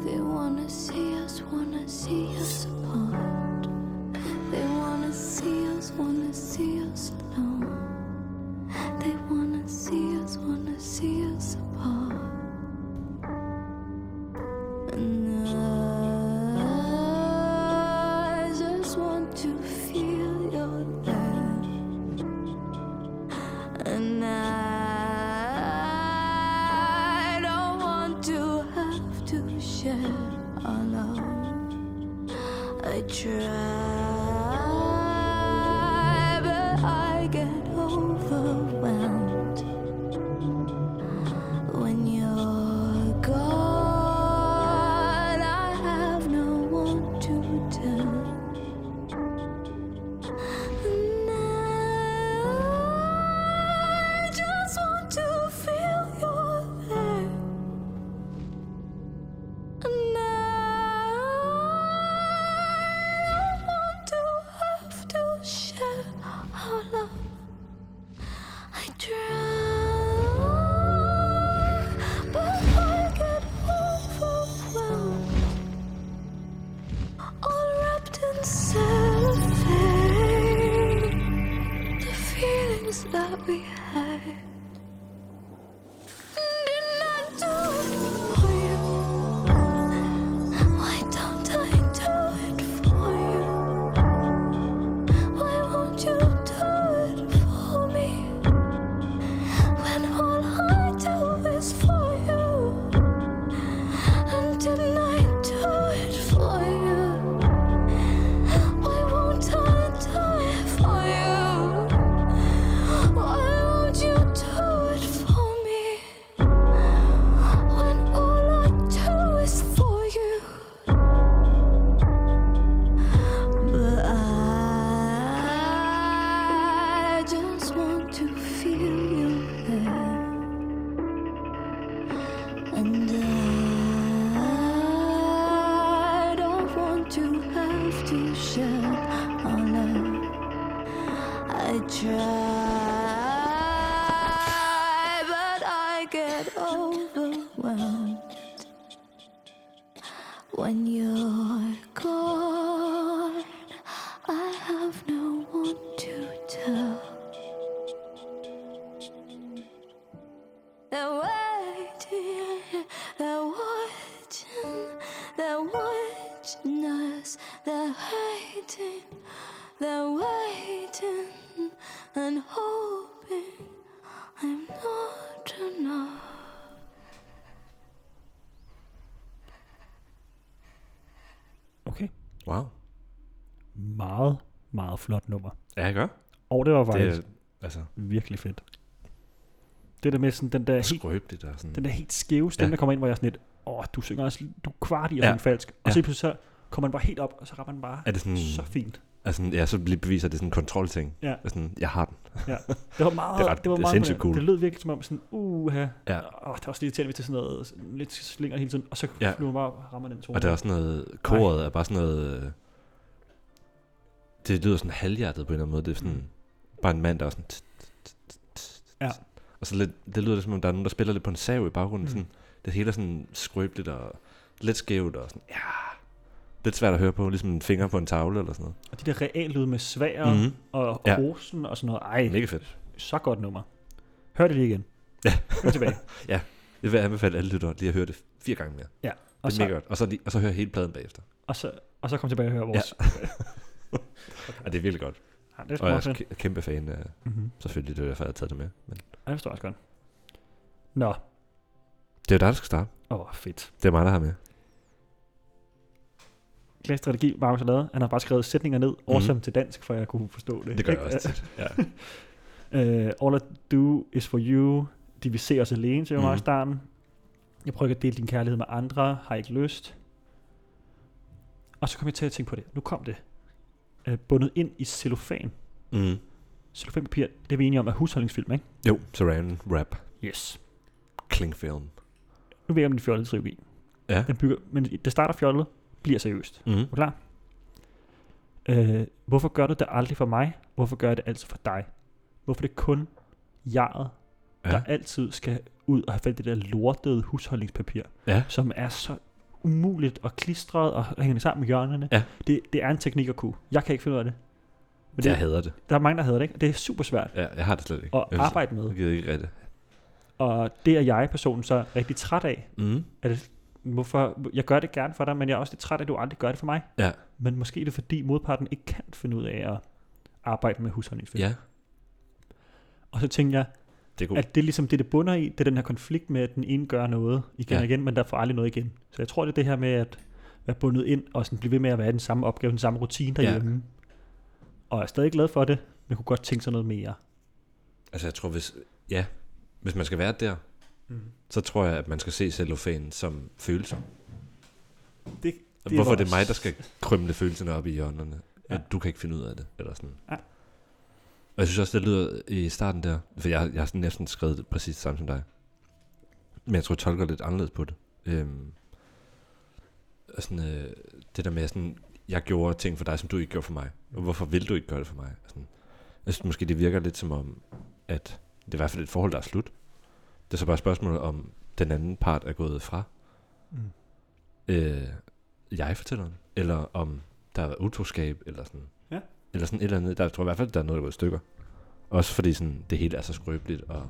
Speaker 5: They wanna see us, wanna see us apart. They wanna see us, wanna see us alone. They wanna see us, wanna see us apart. And I just want to feel your touch. And I don't want to have to share our love. I try, but I get overwhelmed when you're gone. I have no one to turn. And I just want to feel your there. And I don't want to And I don't want to have to share our love. I try, but I get overwhelmed when you're gone. I have no one to tell. They're waiting, they're watching, they're watching us, they're waiting, they're waiting and hoping I'm not enough.
Speaker 3: Okay.
Speaker 2: Wow.
Speaker 3: Meget, meget flot nummer.
Speaker 2: Ja, jeg gør.
Speaker 3: Og det var
Speaker 2: Det
Speaker 3: faktisk
Speaker 2: er altså
Speaker 3: det... virkelig fedt. Det der med sådan den der helt,
Speaker 2: skrøbeligt og sådan.
Speaker 3: den der helt skæve stemme,
Speaker 2: Ja.
Speaker 3: ja. der kommer ind, hvor jeg er sådan lidt, åh, du synger også, du er kvart i at
Speaker 2: Ja.
Speaker 3: synge falsk. Og
Speaker 2: Ja.
Speaker 3: så lige pludselig så kommer man bare helt op, og så rammer man bare
Speaker 2: Er det sådan,
Speaker 3: så fint.
Speaker 2: altså, ja, så lige beviser det sådan en kontrolting.
Speaker 3: Ja.
Speaker 2: Det er Sådan, jeg har den.
Speaker 3: Det var meget,
Speaker 2: Det
Speaker 3: det,
Speaker 2: er ret-
Speaker 3: det var
Speaker 2: det er
Speaker 3: meget
Speaker 2: sindssygt cool.
Speaker 3: Det lød virkelig som om sådan, uha.
Speaker 2: Ja.
Speaker 3: Og det er også lidt irriterende, hvis det er sådan noget sådan lidt slinger hele tiden, og så
Speaker 2: Ja.
Speaker 3: ja. flyver man bare op og rammer den tone.
Speaker 2: Og der er også noget, koret er bare sådan noget, øh, det lyder sådan halvhjertet på en eller anden måde. Det er sådan, bare en mand, der er sådan... t- t- t- t- t-
Speaker 3: Mm. Ja.
Speaker 2: Og så lidt, det lyder lidt som om, der er nogen, der spiller lidt på en sav i baggrunden.
Speaker 3: Mm.
Speaker 2: Sådan, det hele er sådan skrøbeligt og lidt skævt og sådan, ja, lidt svært at høre på, ligesom en finger på en tavle eller sådan noget.
Speaker 3: Og de der reallyde med svær mm.
Speaker 2: Mm-hmm.
Speaker 3: og
Speaker 2: Ja.
Speaker 3: hosen og sådan noget. Ej,
Speaker 2: Mega fedt.
Speaker 3: så godt nummer. Hør det lige igen.
Speaker 2: Ja.
Speaker 3: Hør tilbage.
Speaker 2: Jeg vil anbefale alle lyttere lige at høre det fire gange mere.
Speaker 3: Og
Speaker 2: Det er
Speaker 3: så,
Speaker 2: mega godt. Og så, lige- og så høre hele pladen bagefter.
Speaker 3: og så, og så kom tilbage og hør vores. Ja.
Speaker 2: Ja, det er virkelig godt.
Speaker 3: Ja, det er sgu
Speaker 2: Og jeg er
Speaker 3: meget
Speaker 2: også
Speaker 3: fedt.
Speaker 2: kæ- kæmpe fan af,
Speaker 3: Mm-hmm.
Speaker 2: selvfølgelig, det er derfor, jeg har taget det med. Men
Speaker 3: Ja, det forstår jeg også godt. Nå,
Speaker 2: det er jo dig, der skal starte.
Speaker 3: åh, oh, fedt.
Speaker 2: Det er mig, der har med.
Speaker 3: Klassisk strategi, Markus har lavet. Han har bare skrevet sætninger ned, oversat mm. til dansk, for at jeg kunne forstå det.
Speaker 2: Mhm. Det gør jeg
Speaker 3: Ikke?
Speaker 2: også tit. Ja.
Speaker 3: Uh, all I do is for you. De vil se os alene, til mm.
Speaker 2: Mhm.
Speaker 3: meget i starten. Jeg prøver ikke at dele din kærlighed med andre. Har ikke lyst. Og så kom jeg til at tænke på det. Nu kom det. Uh, bundet ind i cellofan.
Speaker 2: Mm.
Speaker 3: Cellofanpapir, det er vi enige om, er husholdningsfilm, ikke?
Speaker 2: Jo, surround rap,
Speaker 3: Yes.
Speaker 2: klingfilm.
Speaker 3: Nu ved jeg, om det er fjollet trilogi.
Speaker 2: Ja.
Speaker 3: Den bygger, men det starter fjollet, bliver seriøst.
Speaker 2: Mm.
Speaker 3: Er du klar? Øh, hvorfor gør du det aldrig for mig? Hvorfor gør jeg det altid for dig? Hvorfor er det kun jeget,
Speaker 2: Ja.
Speaker 3: ja. der altid skal ud og have fat i det der lortede husholdningspapir,
Speaker 2: Ja.
Speaker 3: som er så umuligt og klistret og hænger sammen med hjørnerne.
Speaker 2: Ja.
Speaker 3: Det, det er en teknik at kunne. Jeg kan ikke finde ud af det. Men
Speaker 2: Men det, jeg
Speaker 3: det,
Speaker 2: hader det.
Speaker 3: der er mange, der hedder det, ikke? Og det er super svært
Speaker 2: Ja, jeg har det slet ikke.
Speaker 3: at
Speaker 2: jeg
Speaker 3: arbejde med.
Speaker 2: Jeg gider ikke rigtigt.
Speaker 3: Og det er jeg-personen så rigtig træt af.
Speaker 2: Mm.
Speaker 3: Hvorfor, jeg gør det gerne for dig, men jeg er også lidt træt af, at du aldrig gør det for mig.
Speaker 2: Ja.
Speaker 3: Men måske er det, fordi modparten ikke kan finde ud af at arbejde med husholdningsfilm.
Speaker 2: Ja,
Speaker 3: Og så tænker jeg,
Speaker 2: det er godt.
Speaker 3: at det er ligesom det, det bunder i, det er den her konflikt med, at den ene gør noget igen
Speaker 2: Ja.
Speaker 3: ja. og igen, men der får aldrig noget igen. Så jeg tror, det er det her med at være bundet ind, og sådan blive ved med at være i den samme opgave, den samme rutine derhjemme. Ja. Og jeg er stadig glad for det, men kunne godt tænke sig noget mere.
Speaker 2: Altså, jeg tror, hvis... Ja, hvis man skal være der,
Speaker 3: Mm.
Speaker 2: så tror jeg, at man skal se cellofanen som følelser.
Speaker 3: Det,
Speaker 2: Hvorfor er det mig, der skal krymle følelserne op i hjørnerne? Ja.
Speaker 3: Ja.
Speaker 2: Du kan ikke finde ud af det, eller sådan.
Speaker 3: Ja.
Speaker 2: Og jeg synes også, det lyder i starten der, for jeg, jeg har sådan næsten skrevet det præcis samme som dig. Men jeg tror, jeg tolker lidt anderledes på det. Øhm, og sådan, øh, det der med, sådan, jeg gjorde ting for dig, som du ikke gjorde for mig. Og hvorfor vil du ikke gøre det for mig? Og Sådan, jeg synes måske, det virker lidt som om, at det er i hvert fald et forhold, der er slut. Det er så bare et spørgsmål om, den anden part er gået fra
Speaker 3: Mm.
Speaker 2: øh, jeg-fortælleren, eller om der har været utroskab, eller sådan.
Speaker 3: Ja.
Speaker 2: Eller sådan et eller andet. Der tror jeg i hvert fald, der er noget, der er gået i stykker. Også fordi sådan, det hele er så skrøbeligt, og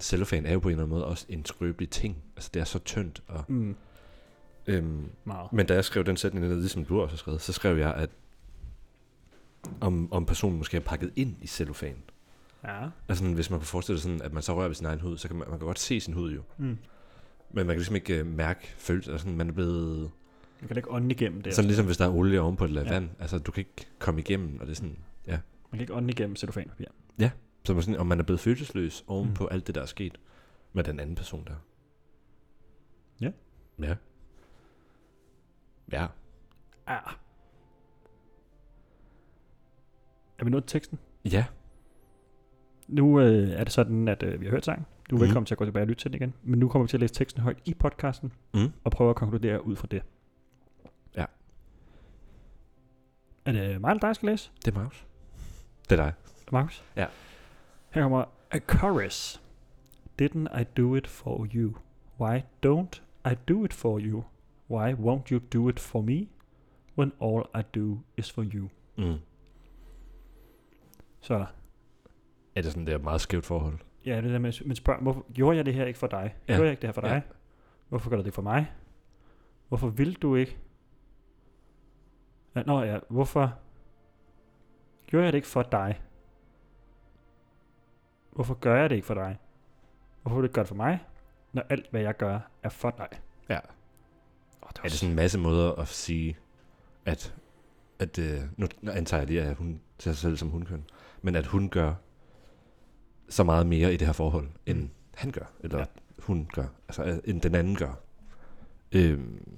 Speaker 2: cellofan er jo på en eller anden måde også en skrøbelig ting. Altså, det er så tyndt. Og,
Speaker 3: Mm,
Speaker 2: øhm,
Speaker 3: meget.
Speaker 2: men da jeg skrev den sætning ned, ligesom du også har skrevet, så skrev jeg, at om, om personen måske er pakket ind i cellofan.
Speaker 3: Ja.
Speaker 2: Altså, sådan, hvis man kunne forestille sig sådan, at man så rører ved sin egen hud, så kan man, man kan godt se sin hud jo.
Speaker 3: Mm.
Speaker 2: Men man kan ligesom ikke øh, mærke følelser. Sådan, man er blevet
Speaker 3: Man kan da ikke ånde igennem det.
Speaker 2: Sådan ligesom hvis der er olie ovenpå et lag ja.
Speaker 3: Ja.
Speaker 2: vand. Altså, du kan ikke komme igennem, og det er sådan...
Speaker 3: Man kan ikke ånde igennem cellofanpapir.
Speaker 2: Så man sådan, om man er blevet følelsesløs ovenpå mm.
Speaker 3: Mm.
Speaker 2: alt det, der er sket med den anden person der.
Speaker 3: Ja.
Speaker 2: Ja. Ja.
Speaker 3: Ja. Er vi nået til teksten?
Speaker 2: Ja.
Speaker 3: Nu øh, er det sådan, at øh, vi har hørt sangen. Du er
Speaker 2: Mhm.
Speaker 3: velkommen til at gå tilbage og lytte til den igen. Men nu kommer vi til at læse teksten højt i podcasten
Speaker 2: Mm.
Speaker 3: og prøve at konkludere ud fra det.
Speaker 2: Ja.
Speaker 3: Er det mig eller dig, der skal læse?
Speaker 2: Det er Magnus. Det er dig.
Speaker 3: Markus?
Speaker 2: Ja.
Speaker 3: Her kommer a chorus. Didn't I do it for you? Why don't I do it for you? Why won't you do it for me? When all I do is for you.
Speaker 2: Mm.
Speaker 3: Så
Speaker 2: Er det sådan, det er et meget skævt forhold?
Speaker 3: ja, det der med, men spørg, hvorfor gjorde jeg det her ikke for dig? Ja.
Speaker 2: Ja.
Speaker 3: Gjorde jeg ikke det her for dig?
Speaker 2: Ja.
Speaker 3: Ja. Hvorfor gør du det for mig? Hvorfor vil du ikke? Ja, nå ja, hvorfor gjorde jeg det ikke for dig? Hvorfor gør jeg det ikke for dig? Hvorfor vil du ikke gøre det for mig, når alt hvad jeg gør er for dig?
Speaker 2: Ja.
Speaker 3: Oh, det
Speaker 2: Er det sådan en masse måder at sige, at, at øh, nu, nu antager jeg lige, at hun ser sig selv som hunkøn, men at hun gør så meget mere i det her forhold, end
Speaker 3: Mm.
Speaker 2: han gør, eller
Speaker 3: Ja.
Speaker 2: ja. hun gør, altså øh, end den anden gør. Øhm,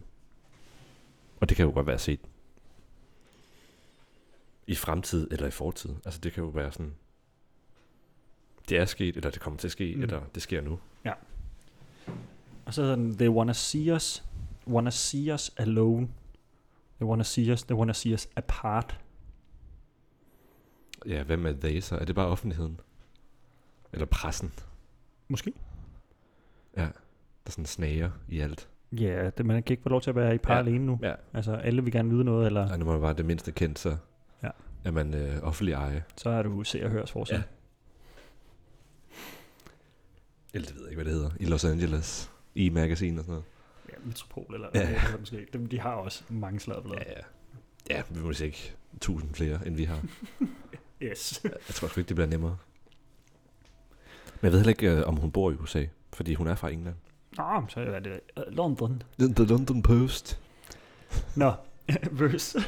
Speaker 2: og det kan jo godt være set i fremtid eller i fortid. Altså det kan jo være sådan, det er sket, eller det kommer til at ske,
Speaker 3: Mm.
Speaker 2: mm. eller det sker nu.
Speaker 3: Og så hedder den, They wanna see us, wanna see us alone. They wanna see us, they wanna see us apart.
Speaker 2: Ja, hvem er they så? Er det bare offentligheden? Eller pressen?
Speaker 3: Måske?
Speaker 2: Ja, der sådan snager i alt.
Speaker 3: Ja, det, man kan ikke få lov til at være i par ja.
Speaker 2: Ja.
Speaker 3: alene nu.
Speaker 2: Ja.
Speaker 3: Altså, alle vil gerne vide noget, eller
Speaker 2: Og nu må man bare det mindste kendt, så
Speaker 3: Ja.
Speaker 2: er man øh, offentlig eje.
Speaker 3: så er du se og høres forsøg. Ja.
Speaker 2: Ja. Eller det ved jeg ikke, hvad det hedder. I Los Angeles. I magasin og sådan noget.
Speaker 3: ja. Metropol, eller,
Speaker 2: Ja.
Speaker 3: eller måske. De, de har også mange sladderblad.
Speaker 2: Ja, ja. Ja, vi må ikke tusind flere, end vi har.
Speaker 3: Ja. Yes.
Speaker 2: Jeg tror sgu ikke, det bliver nemmere. Men jeg ved heller ikke, øh, om hun bor i USA, fordi hun er fra England.
Speaker 3: Nå, men så er det øh, London.
Speaker 2: The, the London Post.
Speaker 3: Nå, verse.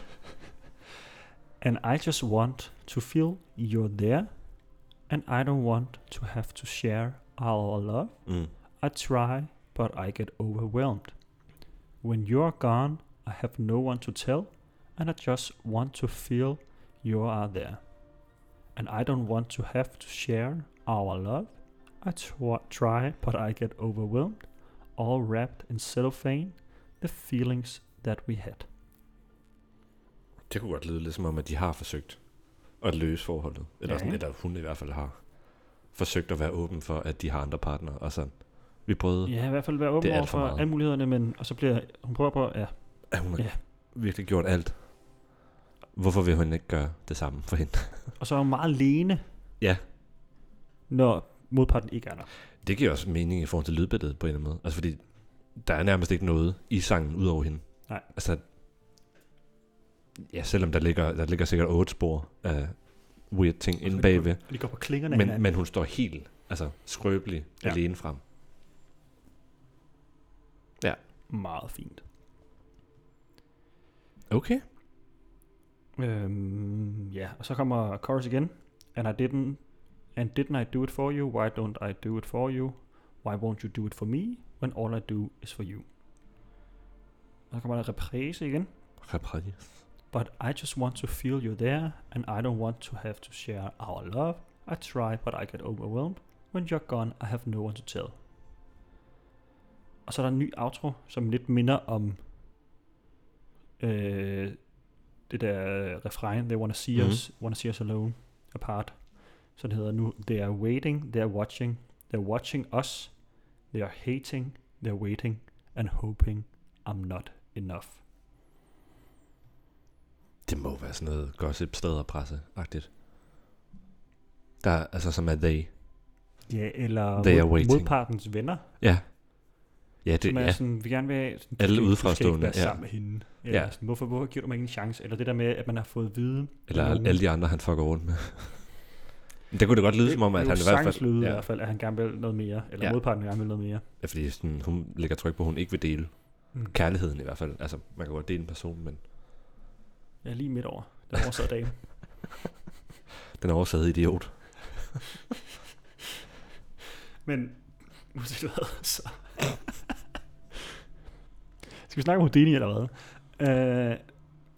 Speaker 3: And I just want to feel you're there. And I don't want to have to share our love.
Speaker 2: Mm.
Speaker 3: I try, but I get overwhelmed. When you're gone, I have no one to tell, and I just want to feel you are there. And I don't want to have to share our love. I tw- try, but I get overwhelmed, all wrapped in cellophane, the feelings that we had.
Speaker 2: Det kunne godt lyde lidt som om, at de har forsøgt at løse forholdet.
Speaker 3: Ja.
Speaker 2: Eller, ja. sådan, eller hun i hvert fald har forsøgt at være åben for, at de har andre partnere. Og sådan. Vi prøvede,
Speaker 3: Ja, i hvert fald være åben
Speaker 2: Det er
Speaker 3: over
Speaker 2: alt for
Speaker 3: for
Speaker 2: meget.
Speaker 3: alle mulighederne, men og så bliver hun prøver på, ja,
Speaker 2: at hun har
Speaker 3: Ja.
Speaker 2: ja. virkelig gjort alt. Hvorfor vil hun ikke gøre det samme for hende?
Speaker 3: og så er hun meget alene.
Speaker 2: Ja.
Speaker 3: Når modparten ikke er der.
Speaker 2: Det giver også mening i forhold til lydbilledet på en eller anden måde. Altså fordi, der er nærmest ikke noget i sangen ud over hende.
Speaker 3: Nej.
Speaker 2: Altså, ja, selvom der ligger, der ligger sikkert otte spor af weird ting inde bagved.
Speaker 3: Og de går på klingerne af
Speaker 2: Men,
Speaker 3: hinanden.
Speaker 2: men hun står helt altså, skrøbelig
Speaker 3: Ja.
Speaker 2: ja. alene frem.
Speaker 3: meget fint.
Speaker 2: Okay.
Speaker 3: Øhm, ja, og så kommer chorus igen. And I didn't, and didn't I do it for you? Why don't I do it for you? Why won't you do it for me? When all I do is for you. Og så kommer der reprise igen.
Speaker 2: Reprise.
Speaker 3: But I just want to feel you there, and I don't want to have to share our love. I try, but I get overwhelmed. When you're gone, I have no one to tell. Og så er der en ny outro, som lidt minder om øh, det der øh, refrain, they wanna see mm-hmm.
Speaker 2: Mhm.
Speaker 3: us, wanna see us alone, apart. Så det hedder nu, they are waiting, they are watching, they're watching us, they are hating, they're waiting, and hoping I'm not enough.
Speaker 2: Det må være sådan noget gossip sted og presse-agtigt. Der, er- altså som er they.
Speaker 3: Ja, eller
Speaker 2: They are
Speaker 3: mod,
Speaker 2: waiting.
Speaker 3: modpartens venner,
Speaker 2: Ja. Ja,
Speaker 3: det,
Speaker 2: det,
Speaker 3: som er ja.
Speaker 2: ja.
Speaker 3: sådan, vi gerne vil have, sådan,
Speaker 2: Alle
Speaker 3: du skal ikke- Du skal
Speaker 2: udefrastående,
Speaker 3: ikke være
Speaker 2: ja.
Speaker 3: sammen med hende. Eller ja.
Speaker 2: Ja.
Speaker 3: sådan, hvorfor, hvorfor giver du mig ikke en chance? Eller det der med, at man har fået at vide.
Speaker 2: Eller
Speaker 3: nogen-
Speaker 2: alle de andre, han fucker rundt med. Men det kunne det godt lyde som om, at han i hvert fald...
Speaker 3: Lyde, ja. i
Speaker 2: ja,
Speaker 3: hvert fald, at han gerne vil noget mere. Eller ja.
Speaker 2: Ja.
Speaker 3: modparten gerne vil noget mere.
Speaker 2: ja, fordi sådan, hun lægger tryk på, at hun ikke vil dele
Speaker 3: Mm.
Speaker 2: kærligheden i hvert fald. Altså, man kan godt dele en person, men
Speaker 3: Ja, lige midt over. Den oversat dame.
Speaker 2: den er oversat idiot.
Speaker 3: Men, uanset hvad, så... Skal vi snakke om Houdini eller hvad? Øh,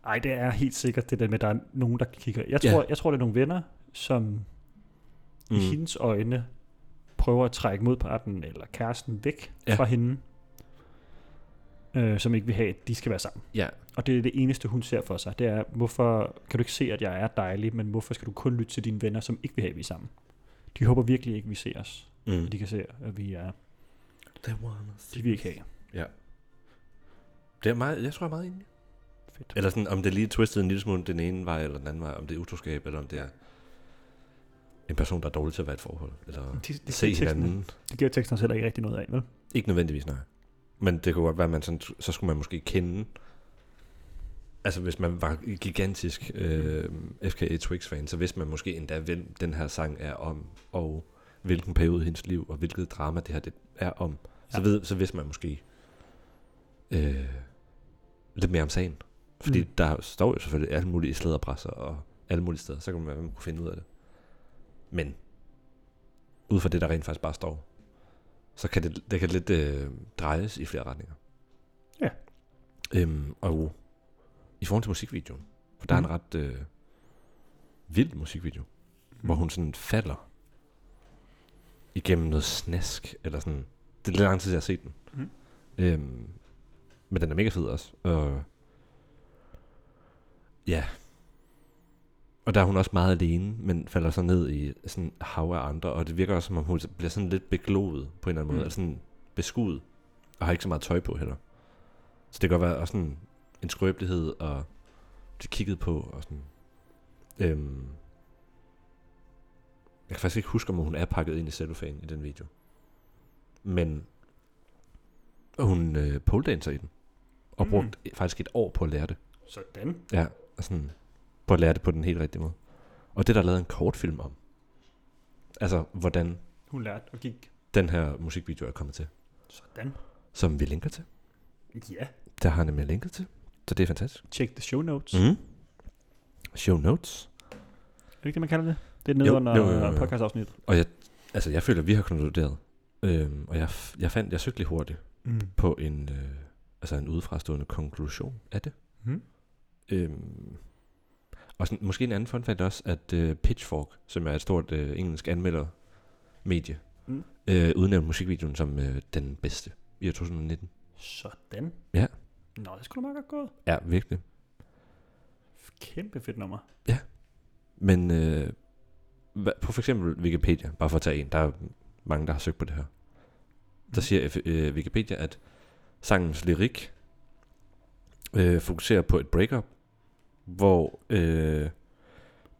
Speaker 3: ej, det er helt sikkert det der med, at der er nogen, der kigger. Jeg
Speaker 2: Ja. Mm.
Speaker 3: tror, jeg tror det er nogle venner, som mm. i hendes øjne prøver at trække modparten eller kæresten væk
Speaker 2: Ja.
Speaker 3: ja. fra hende, øh, som ikke vil have, at de skal være sammen.
Speaker 2: Ja.
Speaker 3: Og det er det eneste, hun ser for sig. Det er, hvorfor kan du ikke se, at jeg er dejlig, men hvorfor skal du kun lytte til dine venner, som ikke vil have, at vi er sammen? De håber virkelig ikke, at vi ser os.
Speaker 2: Mm.
Speaker 3: Og de kan se, at vi er... De
Speaker 2: Det,
Speaker 3: vil ikke have.
Speaker 2: det er meget, jeg tror, jeg er meget enig.
Speaker 3: Fedt.
Speaker 2: Eller sådan, om det lige twistede en lille smule den ene vej eller den anden vej, om det er utroskab, eller om det er en person, der er dårlig til at være i et forhold, eller
Speaker 3: de, de, se
Speaker 2: se hinanden.
Speaker 3: Det giver teksten os heller ikke rigtig noget af, vel?
Speaker 2: Ikke nødvendigvis, nej. Men det kunne godt være, at man sådan, så skulle man måske kende... Altså, hvis man var en gigantisk øh, FKA Twix-fan, så vidste man måske endda, hvem den her sang er om, og hvilken periode i hendes liv, og hvilket drama det her det er om. Så,
Speaker 3: Ja.
Speaker 2: ved, så vidste man måske øh, lidt mere om sagen. Fordi
Speaker 3: Mm.
Speaker 2: mm. der står jo selvfølgelig alle mulige slæderpresser og alle mulige steder, så kan man, man kunne finde ud af det. Men ud fra det, der rent faktisk bare står, så kan det, det kan lidt øh, drejes i flere retninger.
Speaker 3: Ja.
Speaker 2: Øhm, og i forhold til musikvideoen, for der mm. er
Speaker 3: Mhm.
Speaker 2: en ret øh, vild musikvideo, mm. hvor hun sådan falder igennem noget snask, eller sådan. Det er lidt lang tid, jeg har set den.
Speaker 3: Mhm.
Speaker 2: Øhm, men den er mega fed også. Og, ja. Og der er hun også meget alene, men falder så ned i sådan et hav af andre, og det virker også, som om hun bliver sådan lidt begloet på en eller anden måde,
Speaker 3: Mm.
Speaker 2: eller sådan beskuet, og har ikke så meget tøj på heller. Så det kan godt være også sådan en skrøbelighed, og det kigget på, og sådan. Øhm, jeg kan faktisk ikke huske, om hun er pakket ind i cellofan i den video. Men hun øh, poledancer i den. Og
Speaker 3: Mm.
Speaker 2: brugte faktisk et år på at lære det.
Speaker 3: Sådan.
Speaker 2: Ja, og sådan, på at lære det på den helt rigtige måde. Og det er der lavet en kortfilm om. Altså, hvordan
Speaker 3: Hun lærte og gik.
Speaker 2: den her musikvideo er kommet til.
Speaker 3: Sådan.
Speaker 2: Som vi linker til.
Speaker 3: Ja.
Speaker 2: Der har jeg nemlig linket til. Så det er fantastisk.
Speaker 3: Check the show notes. Mm.
Speaker 2: Mm. Show notes.
Speaker 3: Er det ikke det, man kalder det? Det er nede
Speaker 2: Jo,
Speaker 3: under
Speaker 2: jo, jo, jo.
Speaker 3: podcastafsnittet.
Speaker 2: Og jeg, altså, jeg føler, at vi har konkluderet. Øhm, og jeg, f- jeg fandt, jeg søgte lige hurtigt
Speaker 3: Mm.
Speaker 2: på en, øh, altså en udefrastående konklusion af det.
Speaker 3: Mm.
Speaker 2: Øhm, og sådan, måske en anden fun fact også, at øh, Pitchfork, som er et stort øh, engelsk anmeldermedie,
Speaker 3: Mm.
Speaker 2: øh, udnævnte musikvideoen som øh, den bedste i år 2019.
Speaker 3: Sådan.
Speaker 2: Ja.
Speaker 3: Nå, det skulle da meget godt gået.
Speaker 2: Ja, virkelig.
Speaker 3: Kæmpe fedt nummer.
Speaker 2: Men øh, hva, på for eksempel Wikipedia, bare for at tage en, der er mange, der har søgt på det her. Der siger F- øh, Wikipedia, at sangens lyrik øh, fokuserer på et breakup, hvor øh,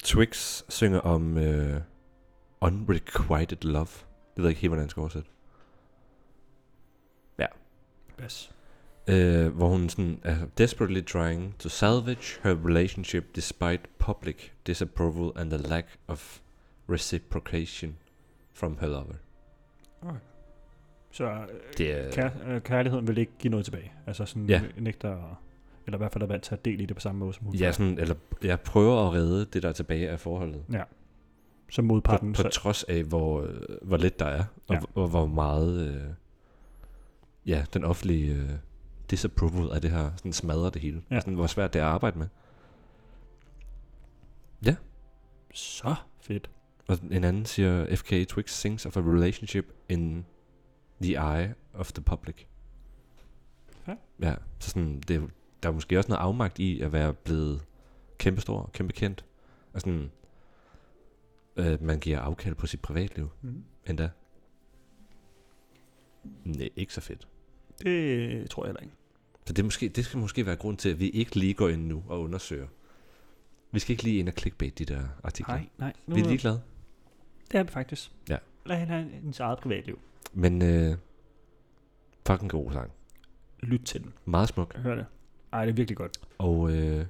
Speaker 2: Twix synger om øh, unrequited love. Det ved jeg ikke helt, hvordan jeg skal oversætte.
Speaker 3: Mm. Bas.
Speaker 2: øh, hvor hun sådan er desperately trying to salvage her relationship despite public disapproval and the lack of reciprocation from her lover.
Speaker 3: Så øh,
Speaker 2: Det er,
Speaker 3: kær- øh, kærligheden vil ikke give noget tilbage. Altså sådan
Speaker 2: Ja.
Speaker 3: ja. nægter, at- eller i hvert fald er vant til at dele i det på samme måde som hun.
Speaker 2: ja, sådan, eller jeg prøver at redde det, der er tilbage af forholdet.
Speaker 3: Som
Speaker 2: På,
Speaker 3: modparten.
Speaker 2: på
Speaker 3: så-
Speaker 2: trods af, hvor, øh, hvor lidt der er,
Speaker 3: Ja.
Speaker 2: og, ja. og hvor meget øh, ja, den offentlige øh, disapproval af det her sådan smadrer det hele.
Speaker 3: Ja.
Speaker 2: Ja. Sådan, hvor svært det er at arbejde med.
Speaker 3: så fedt.
Speaker 2: Og en anden siger, FKA Twix sings of a relationship in the eye of the public.
Speaker 3: Ja.
Speaker 2: Ja, så sådan, det, er jo- der er måske også noget afmagt i at være blevet kæmpestor og kæmpe kendt. Og sådan, øh, man giver afkald på sit privatliv
Speaker 3: Mm.
Speaker 2: endda. Nej, ikke så fedt.
Speaker 3: Det øh, tror jeg heller ikke.
Speaker 2: Så det, er måske, det skal måske være grund til, at vi ikke lige går ind nu og undersøger. Vi skal ikke lige ind og clickbait de der artikler.
Speaker 3: Nej, nej. Nu,
Speaker 2: Vi er ligeglade.
Speaker 3: Det er vi faktisk.
Speaker 2: Ja.
Speaker 3: Lad hende have hendes eget privatliv.
Speaker 2: Men øh, fucking god sang.
Speaker 3: Lyt til den.
Speaker 2: Meget smuk.
Speaker 3: Hør det. Ej, det er virkelig godt.
Speaker 2: Og øh,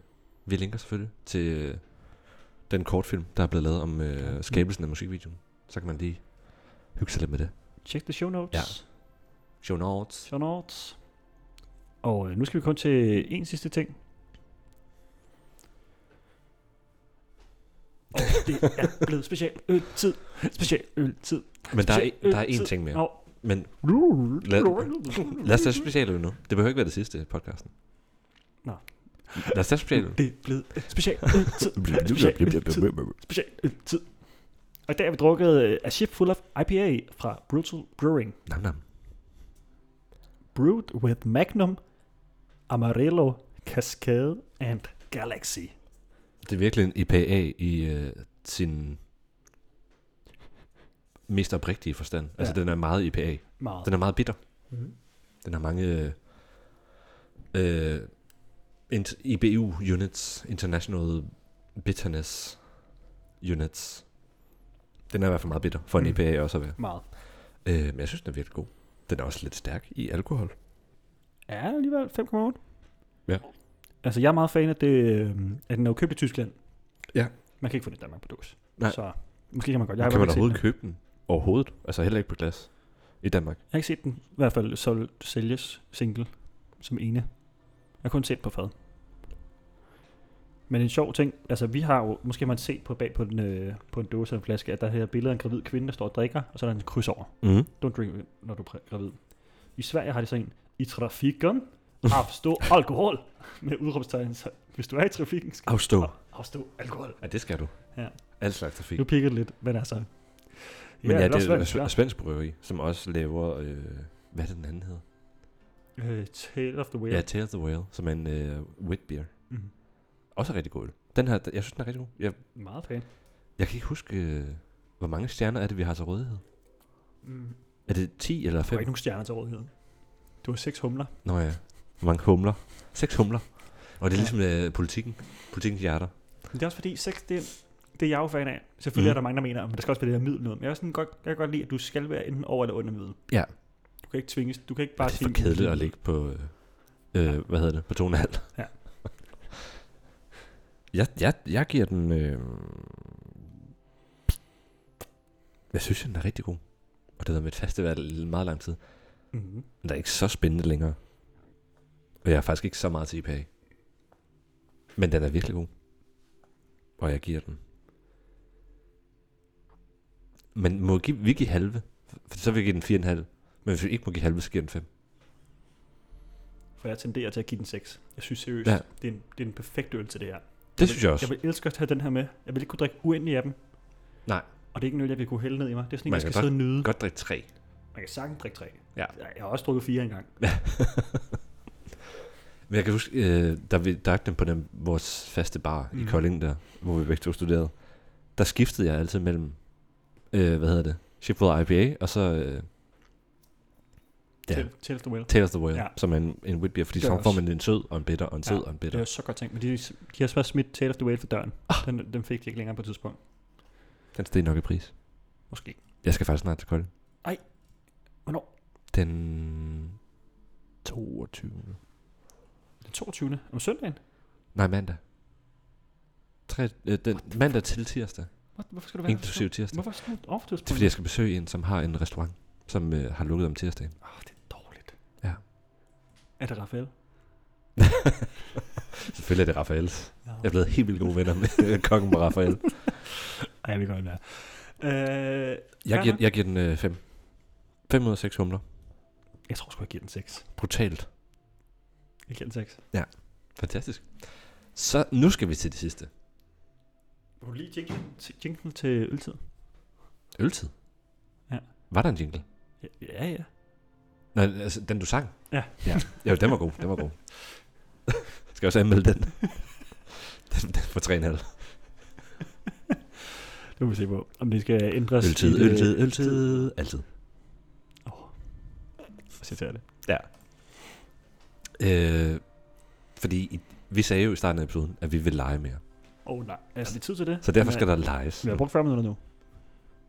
Speaker 2: vi linker selvfølgelig til øh, den kortfilm, der er blevet lavet om øh, skabelsen af musikvideoen. Så kan man lige hygge sig lidt med det.
Speaker 3: Check the show notes.
Speaker 2: Ja. Show notes.
Speaker 3: Show notes. Og øh, nu skal vi kun til en sidste ting. Og det er blevet special øltid. Special øltid.
Speaker 2: Men der er,
Speaker 3: Special
Speaker 2: en- der er
Speaker 3: øltid.
Speaker 2: én ting mere.
Speaker 3: Nå.
Speaker 2: Men lad, lad os tage specialet nu. Det behøver ikke være det sidste i podcasten.
Speaker 3: Nå.
Speaker 2: Lad os tage specialet.
Speaker 3: Det er blevet special øltid. Special øltid. Special øltid. Og i dag har vi drukket øh, A Ship Full of IPA fra Brutal Brewing.
Speaker 2: Nam nam.
Speaker 3: Brewed with Magnum, Amarillo, Cascade and Galaxy.
Speaker 2: Det er virkelig en IPA i øh, sin mest oprigtige forstand. Altså,
Speaker 3: Ja.
Speaker 2: den er meget IPA.
Speaker 3: Meget.
Speaker 2: Den er meget bitter.
Speaker 3: Mhm.
Speaker 2: Den har mange øh, øh, int- IBU units, International Bitterness units. Den er i hvert fald meget bitter, for en
Speaker 3: Mm.
Speaker 2: IPA også at være.
Speaker 3: Meget.
Speaker 2: Øh, men jeg synes, den er virkelig god. Den er også lidt stærk i alkohol.
Speaker 3: Ja, alligevel 5,8.
Speaker 2: Ja.
Speaker 3: Altså, jeg er meget fan af det, øh, at den er jo købt i Tyskland.
Speaker 2: Ja.
Speaker 3: Man kan ikke få den i Danmark på dås.
Speaker 2: Nej.
Speaker 3: Så måske kan man godt. Jeg
Speaker 2: Jeg
Speaker 3: har, i
Speaker 2: kan man
Speaker 3: hvert fald ikke
Speaker 2: overhovedet købe den? Overhovedet? Altså heller ikke på glas i Danmark.
Speaker 3: set den. jeg har ikke set den i hvert fald solgt, sælges single som ene. Jeg har kun set den på fad. Men en sjov ting, altså vi har jo, måske har man set på bag på en, øh, på en dåse eller en flaske, at der er her billede af en gravid kvinde, der står og drikker, og så er der en kryds over.
Speaker 2: Mm.
Speaker 3: Don't drink, når du er præ- gravid. I Sverige har de sådan en, i trafikken, afstå alkohol, med udråbstegn. Så hvis du er i trafikken, skal
Speaker 2: Afstå.
Speaker 3: du afstå alkohol.
Speaker 2: Ja, det skal du.
Speaker 3: Ja.
Speaker 2: Alt slags trafik.
Speaker 3: Nu pikker det lidt, men altså...
Speaker 2: Men ja, ja
Speaker 3: eller
Speaker 2: det er altså-
Speaker 3: svensk,
Speaker 2: svensk, svensk brøgeri, som også laver, øh, hvad er det den anden hedder?
Speaker 3: ja. Øh, Tale of the Whale.
Speaker 2: Ja, Mm-hmm. Tail of the Whale, som er en øh, wheat beer.
Speaker 3: Mm.
Speaker 2: Også rigtig god øl. Den her, jeg synes, den er rigtig god. Jeg,
Speaker 3: Meget fan.
Speaker 2: jeg kan ikke huske, øh, hvor mange stjerner er det, vi har til rådighed?
Speaker 3: Mm.
Speaker 2: Er det 10 eller
Speaker 3: Der er
Speaker 2: 5?
Speaker 3: ikke nogen stjerner til rådighed. Du har seks humler.
Speaker 2: Nå ja, hvor mange humler? 6 humler. Og det er
Speaker 3: Ja.
Speaker 2: ligesom øh, politikken. Politikens hjerter.
Speaker 3: Men det er også fordi, seks, det, er- det er jeg jo fan af. Selvfølgelig mm.
Speaker 2: Mhm.
Speaker 3: er der mange, der mener, men der skal også være det her middel noget. Men jeg, er sådan godt, jeg kan godt lide, at du skal være enten over eller under middel.
Speaker 2: Ja.
Speaker 3: Du kan ikke tvinges, du kan ikke
Speaker 2: Bare
Speaker 3: bare
Speaker 2: det er for kedeligt at ligge på, øh, øh, hvad hedder det, på 2,5.
Speaker 3: Ja.
Speaker 2: jeg, jeg, jeg giver den, øh, jeg synes, den er rigtig god. Og det har været mit faste valg i meget lang tid.
Speaker 3: Mm-hmm.
Speaker 2: Men der er ikke så spændende længere. Og jeg er faktisk ikke så meget til IPA. Men den er virkelig god. Og jeg giver den. Men må give, vi give halve? For så vil jeg give den 4,5. Men hvis vi ikke må give halve, så giver jeg den 5.
Speaker 3: For jeg tenderer til at give den 6. Jeg synes seriøst,
Speaker 2: Ja.
Speaker 3: ja. det, er en, det er en perfekt øl til det her.
Speaker 2: Det synes jeg også.
Speaker 3: Jeg vil elske at have den her med. Jeg vil ikke kunne drikke uendelig af dem.
Speaker 2: Nej.
Speaker 3: Og det er ikke en øl, jeg vil kunne hælde ned i mig. Det er sådan en,
Speaker 2: Man
Speaker 3: jeg skal
Speaker 2: kan
Speaker 3: sidde og nyde.
Speaker 2: Godt drikke 3.
Speaker 3: Man kan sagtens drikke tre.
Speaker 2: Ja.
Speaker 3: Jeg har også drukket fire engang.
Speaker 2: Men jeg kan huske, øh, da vi drak den på den, vores faste bar mm. i
Speaker 3: Mm.
Speaker 2: Kolding der, hvor vi begge to studerede, der skiftede jeg altid mellem, øh, hvad hedder det, Shipwell IPA, og så øh, ja,
Speaker 3: Tale, Tale of the Whale.
Speaker 2: Tale of the Whale, ja.
Speaker 3: Ja.
Speaker 2: som er en, en wheat beer, fordi
Speaker 3: Det er
Speaker 2: så
Speaker 3: også-
Speaker 2: får man en sød og en bitter, og en sød og en
Speaker 3: Det
Speaker 2: bitter.
Speaker 3: er så godt tænkt, men de, de har svært smidt Tale of the Whale for døren. Ah. Den, den fik de ikke længere på et tidspunkt.
Speaker 2: Den steg nok i pris.
Speaker 3: Måske.
Speaker 2: Jeg skal faktisk snart til Kolding.
Speaker 3: Ej. Hvornår?
Speaker 2: Den 22.
Speaker 3: Den 22. om søndagen?
Speaker 2: Nej, mandag. Tre, øh, den, mandag til tirsdag,
Speaker 3: What? Hvorfor skal du være
Speaker 2: inklusive tirsdag.
Speaker 3: Hvorfor skal du ofte
Speaker 2: Det er fordi, jeg skal besøge en, som har en restaurant, som øh, har lukket om tirsdagen.
Speaker 3: Åh, det er dårligt.
Speaker 2: Ja.
Speaker 3: Er det Raphael?
Speaker 2: Selvfølgelig er det Rafaels.
Speaker 3: Ja.
Speaker 2: Jeg er blevet helt vildt gode venner med øh, kongen på Rafael.
Speaker 3: Ej, jeg vil godt være. Øh,
Speaker 2: Jeg giver, jeg giver den 5. Øh, 5 ud af 6 humler.
Speaker 3: jeg tror sgu, jeg giver den 6.
Speaker 2: Brutalt.
Speaker 3: Jeg giver den 6.
Speaker 2: Fantastisk. Så nu skal vi til det sidste.
Speaker 3: Må du lige jinglen, til- jinglen til øltid?
Speaker 2: Øltid.
Speaker 3: Ja.
Speaker 2: Var der en jingle?
Speaker 3: Ja, ja. ja.
Speaker 2: Nej, altså den du sang?
Speaker 3: Ja.
Speaker 2: Ja, ja den var god. Den var god. skal jeg også anmelde den? den, den for 3,5.
Speaker 3: Det må vi se på, om det skal ændres. i
Speaker 2: Øltid,
Speaker 3: det-
Speaker 2: øltid, øltid. Altid.
Speaker 3: Åh. Så jeg tager det.
Speaker 2: Øh, fordi i, vi sagde jo i starten af episoden, at vi vil lege mere.
Speaker 3: Åh oh, nej, er det tid til det?
Speaker 2: Så derfor skal der leges.
Speaker 3: Vi har brugt 40 minutter nu.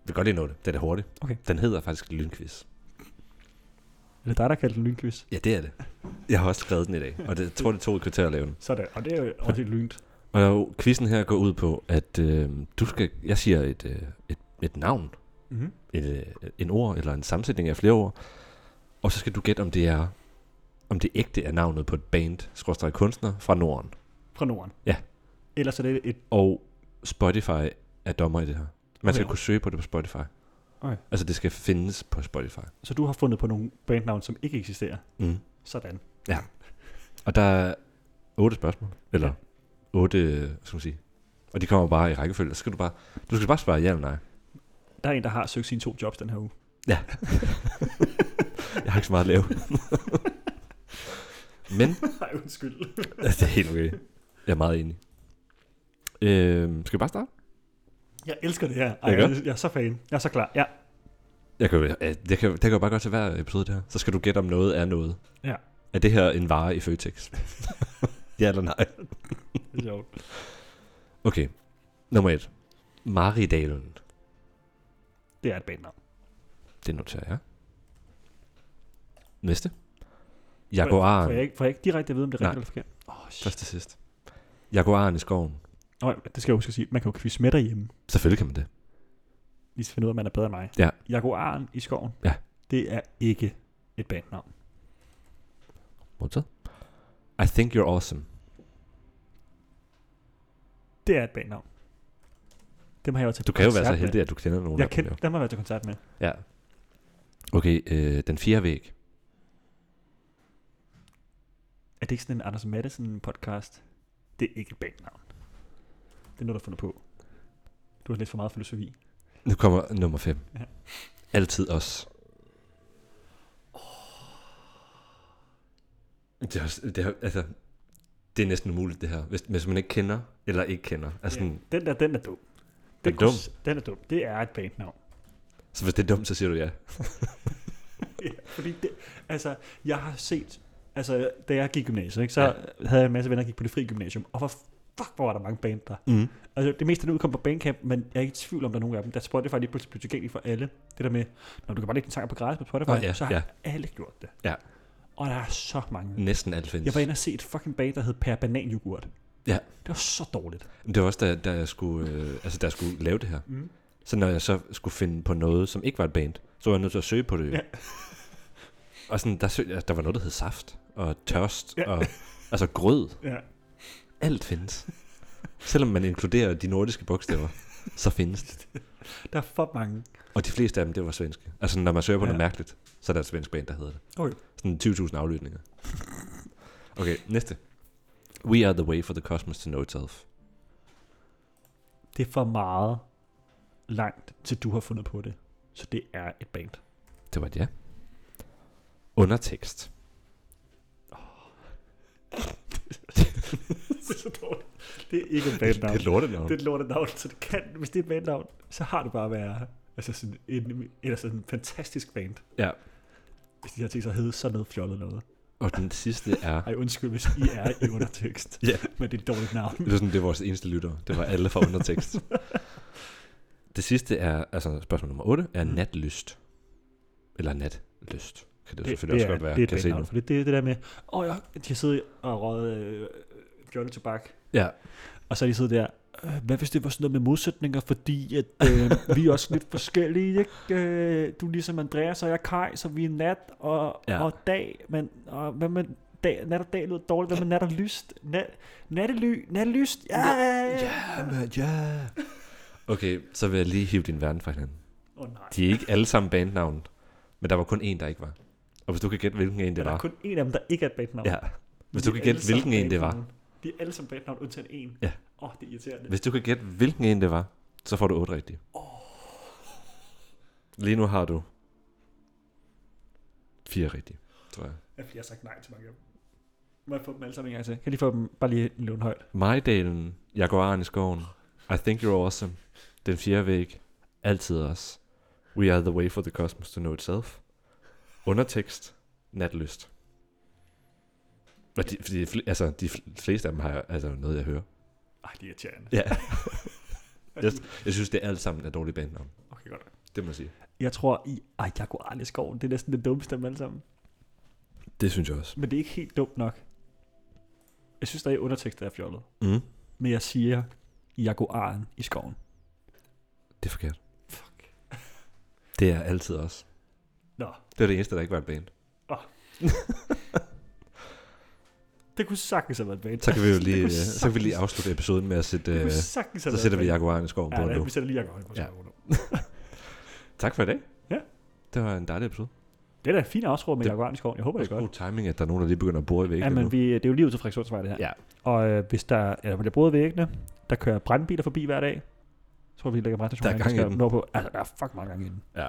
Speaker 2: Vi kan godt lige nå det. Den er hurtig.
Speaker 3: Okay.
Speaker 2: Den hedder faktisk Lynquiz.
Speaker 3: Er det dig, der kaldte den lynquiz?
Speaker 2: Ja, det er det. Jeg har også skrevet den i dag, og det jeg tror, det tog et kvarter at lave den.
Speaker 3: Sådan, og det er jo også helt lynt.
Speaker 2: Og quizzen her går ud på, at øh, du skal, jeg siger et, øh, et, et navn,
Speaker 3: Mm-hmm.
Speaker 2: et, øh, en ord eller en sammensætning af flere ord, og så skal du gætte, om det er om det ægte er navnet på et band, skråstrej kunstner fra Norden.
Speaker 3: Fra Norden.
Speaker 2: Ja.
Speaker 3: Ellers er det et...
Speaker 2: Og Spotify er dommer i det her. Man skal
Speaker 3: Okay.
Speaker 2: kunne søge på det på Spotify.
Speaker 3: Okay.
Speaker 2: Altså det skal findes på Spotify.
Speaker 3: Så du har fundet på nogle bandnavn, som ikke eksisterer.
Speaker 2: Mm.
Speaker 3: Sådan.
Speaker 2: Og der er otte spørgsmål. Eller
Speaker 3: Ja.
Speaker 2: otte, øh, hvad skal man sige. Og de kommer bare i rækkefølge. Så skal du bare, du skal bare svare ja eller nej.
Speaker 3: der er en, der har søgt sine to jobs den her uge.
Speaker 2: Jeg har ikke så meget at lave. Men
Speaker 3: Nej, undskyld.
Speaker 2: det er helt okay. Jeg er meget enig. Øhm, skal vi bare starte?
Speaker 3: Jeg elsker det her. Ej,
Speaker 2: Ikke?
Speaker 3: jeg, jeg er så fan. Jeg er så klar. Ja.
Speaker 2: Jeg kan, jo- øh, det, kan, det kan jo bare godt til hver episode, det her. Så skal du gætte, om noget er noget.
Speaker 3: Ja.
Speaker 2: Er det her en vare i Føtex? ja eller nej?
Speaker 3: Det er sjovt.
Speaker 2: Okay. Nummer et. Maridalen.
Speaker 3: Det er et bandnavn.
Speaker 2: Det noterer jeg. Næste.
Speaker 3: Får jeg,
Speaker 2: Jaguaren.
Speaker 3: ikke, får jeg ikke direkte at vide, om det er
Speaker 2: Nej.
Speaker 3: rigtigt eller forkert? Åh, oh, shit.
Speaker 2: Først til sidst. Jaguaren i skoven.
Speaker 3: Nå, ja, det skal jeg huske at sige. Man kan jo quizme derhjemme,
Speaker 2: Selvfølgelig kan man det.
Speaker 3: hvis man finder ud af, at man er bedre end mig.
Speaker 2: Ja.
Speaker 3: Jaguaren i skoven.
Speaker 2: Ja.
Speaker 3: Det er ikke et bandnavn.
Speaker 2: Modtaget. I think you're awesome.
Speaker 3: Det er et bandnavn. Dem har jeg jo til
Speaker 2: Du kan jo være
Speaker 3: koncert
Speaker 2: så
Speaker 3: med.
Speaker 2: heldig, at du kender nogen
Speaker 3: Jeg
Speaker 2: af dem,
Speaker 3: kender, dem har jeg været til koncert med.
Speaker 2: jo. Ja. Okay, øh, den fjerde væg.
Speaker 3: Er det ikke sådan en Anders Madsen podcast? Det er ikke et bandnavn. Det er noget, du har fundet på. Du har lidt for meget filosofi.
Speaker 2: Nu kommer nummer 5.
Speaker 3: Ja.
Speaker 2: Ja. Altid os. Det er, også, det, er, altså, det er næsten umuligt det her, hvis, hvis man ikke kender eller ikke kender. Altså, yeah.
Speaker 3: Den der, den er dum.
Speaker 2: Den er
Speaker 3: kunne
Speaker 2: dum?
Speaker 3: s- Den er dum. Det er et bandnavn.
Speaker 2: Så hvis det er dumt, så siger du ja.
Speaker 3: Ja, fordi det, altså, jeg har set, altså, da jeg gik i gymnasiet, ikke, så ja. havde jeg en masse venner, der gik på det frie gymnasium, og hvor fuck, hvor var der mange band der.
Speaker 2: Mm.
Speaker 3: Altså, det meste af det udkom på Bandcamp, men jeg er ikke i tvivl om, der er nogle af dem, der Spotify lige pludselig blev tilgængelig for alle. Det der med, når du kan bare lægge din sang op på gratis på Spotify,
Speaker 2: Nå, ja,
Speaker 3: så har
Speaker 2: ja.
Speaker 3: alle gjort det.
Speaker 2: Ja.
Speaker 3: Og der er så mange.
Speaker 2: Næsten alt findes.
Speaker 3: Jeg var inde og se et fucking band, der hed Per Banan Yoghurt.
Speaker 2: Ja.
Speaker 3: Det var så dårligt.
Speaker 2: Men Det var også, da, da, jeg skulle, øh, altså, da jeg skulle lave det her.
Speaker 3: Mm.
Speaker 2: Mm. Så når jeg så skulle finde på noget, som ikke var et band, så var jeg nødt til at søge på det.
Speaker 3: Ja.
Speaker 2: Ja. og sådan, der, søg, der var noget, der hed saft, og tørst,
Speaker 3: Ja.
Speaker 2: ja. og altså grød.
Speaker 3: Ja.
Speaker 2: Alt findes. Selvom man inkluderer de nordiske bogstaver, så findes det.
Speaker 3: Der er for mange.
Speaker 2: Og de fleste af dem, det var svenske. Altså, når man søger på
Speaker 3: Ja.
Speaker 2: ja. noget mærkeligt, så er der et svensk band, der hedder det.
Speaker 3: Okay.
Speaker 2: Sådan 20.000 aflytninger. Okay, næste. We are the way for the cosmos to know itself.
Speaker 3: Det er for meget langt, til du har fundet på det. Så det er et band.
Speaker 2: Det var et ja. Undertekst.
Speaker 3: det er så dårligt. Det er ikke et bandnavn.
Speaker 2: Det er
Speaker 3: Det,
Speaker 2: lortet
Speaker 3: det er et lortet navn, så det kan, hvis det er et bandnavn, så har du bare at være altså sådan en, eller sådan en fantastisk band.
Speaker 2: Ja.
Speaker 3: Hvis de har tænkt sig at hedde sådan noget fjollet noget.
Speaker 2: Og den sidste er...
Speaker 3: Ej, undskyld, hvis I er i undertekst.
Speaker 2: Ja.
Speaker 3: Men det er et dårligt navn.
Speaker 2: Det er, sådan, det er vores eneste lytter. Det var alle fra undertekst. det sidste er... Altså spørgsmål nummer 8 er
Speaker 3: Mm.
Speaker 2: natlyst. Eller natlyst. Kan det, det selvfølgelig også godt være.
Speaker 3: det er et
Speaker 2: kan jeg se
Speaker 3: bandnavn,
Speaker 2: nu.
Speaker 3: for det, det er det der med, åh ja, de har siddet og røget øh, fjollet tobak,
Speaker 2: Ja,
Speaker 3: og så har de siddet der, "Øh, hvad hvis det var sådan noget med modsætninger, fordi at, øh, vi er også lidt forskellige, ikke? Øh, du er ligesom Andreas, og jeg er Kai, så vi er nat og, ja.
Speaker 2: Ja.
Speaker 3: og dag, men og, hvad med dag, nat og dag lyder dårligt, hvad med nat og lyst? Nat, nattely, nattelyst, ja, ja, ja.
Speaker 2: men ja. Okay, så vil jeg lige hive din verden fra hinanden.
Speaker 3: Oh, nej.
Speaker 2: De er ikke alle sammen bandnavnet, men der var kun en, der ikke var. Og hvis du kan gætte, hvilken en
Speaker 3: Men
Speaker 2: det
Speaker 3: der er
Speaker 2: var...
Speaker 3: kun en af dem, der ikke er et bandnavn.
Speaker 2: Ja. Hvis
Speaker 3: De
Speaker 2: du
Speaker 3: er
Speaker 2: kan
Speaker 3: alle
Speaker 2: gætte, hvilken
Speaker 3: sammen
Speaker 2: en det var...
Speaker 3: bandnavne. De er alle sammen bandnavn, undtagen en.
Speaker 2: Ja.
Speaker 3: Åh, oh, det er irriterende.
Speaker 2: Hvis du kan gætte, hvilken en det var, så får du otte rigtige. Oh. Lige nu har du fire rigtige, tror jeg.
Speaker 3: Ja, fordi jeg har sagt nej til mange af dem. Må jeg få dem alle sammen en gang til? Kan jeg lige få dem bare lige en lån højt?
Speaker 2: Majdalen, Jaguaren i skoven, I think you're awesome, Den fjerde væg, Altid os, We are the way for the cosmos to know itself, Undertekst, Natlyst. Og de, fordi, fl- altså, de fl- fleste af dem har jeg- altså noget, jeg hører.
Speaker 3: Ej, det er irriterende.
Speaker 2: Ja,
Speaker 3: Yes.
Speaker 2: jeg synes, det er alt sammen er dårlige bandnavn.
Speaker 3: Okay, godt.
Speaker 2: Det må jeg sige.
Speaker 3: Jeg tror, I... Ej, jeg går aldrig i skoven. Det er næsten det dummeste af dem alle sammen.
Speaker 2: Det synes jeg også.
Speaker 3: Men det er ikke helt dumt nok. Jeg synes, der er undertekst, der er fjollet.
Speaker 2: Mm.
Speaker 3: Men jeg siger, jaguaren i skoven.
Speaker 2: Det er forkert.
Speaker 3: Fuck.
Speaker 2: Det er altid os.
Speaker 3: Nå.
Speaker 2: Det var det eneste, der ikke var et band.
Speaker 3: Det kunne sagtens have været et band.
Speaker 2: Så kan vi jo
Speaker 3: Det
Speaker 2: lige,
Speaker 3: kunne
Speaker 2: øh, så kan vi lige afslutte episoden med at sætte...
Speaker 3: Det
Speaker 2: Øh,
Speaker 3: kunne sagtens have
Speaker 2: så
Speaker 3: været
Speaker 2: sætter
Speaker 3: et
Speaker 2: vi
Speaker 3: band.
Speaker 2: jaguaren i skoven på
Speaker 3: Ja,
Speaker 2: nu.
Speaker 3: der, vi sætter lige jaguaren på.
Speaker 2: Ja.
Speaker 3: Ja. Nu.
Speaker 2: Tak for i dag.
Speaker 3: Ja.
Speaker 2: Det var en dejlig episode.
Speaker 3: Det er da et fint afsråd med
Speaker 2: Det-
Speaker 3: jaguaren i skoven. Jeg håber, det er
Speaker 2: Også
Speaker 3: godt.
Speaker 2: god timing, at der er nogen, der lige begynder at bore i væggen
Speaker 3: Ja, men
Speaker 2: nu.
Speaker 3: vi, det er jo lige ud til Frederikssundsvej, det her.
Speaker 2: Ja.
Speaker 3: Og øh, hvis der, eller der bliver brudt væggene, der kører brandbiler forbi hver dag, Jeg tror, vi lægger meget til
Speaker 2: Der er gang i den.
Speaker 3: Nordpå. Altså, der er fucking mange gange i den.
Speaker 2: Ja.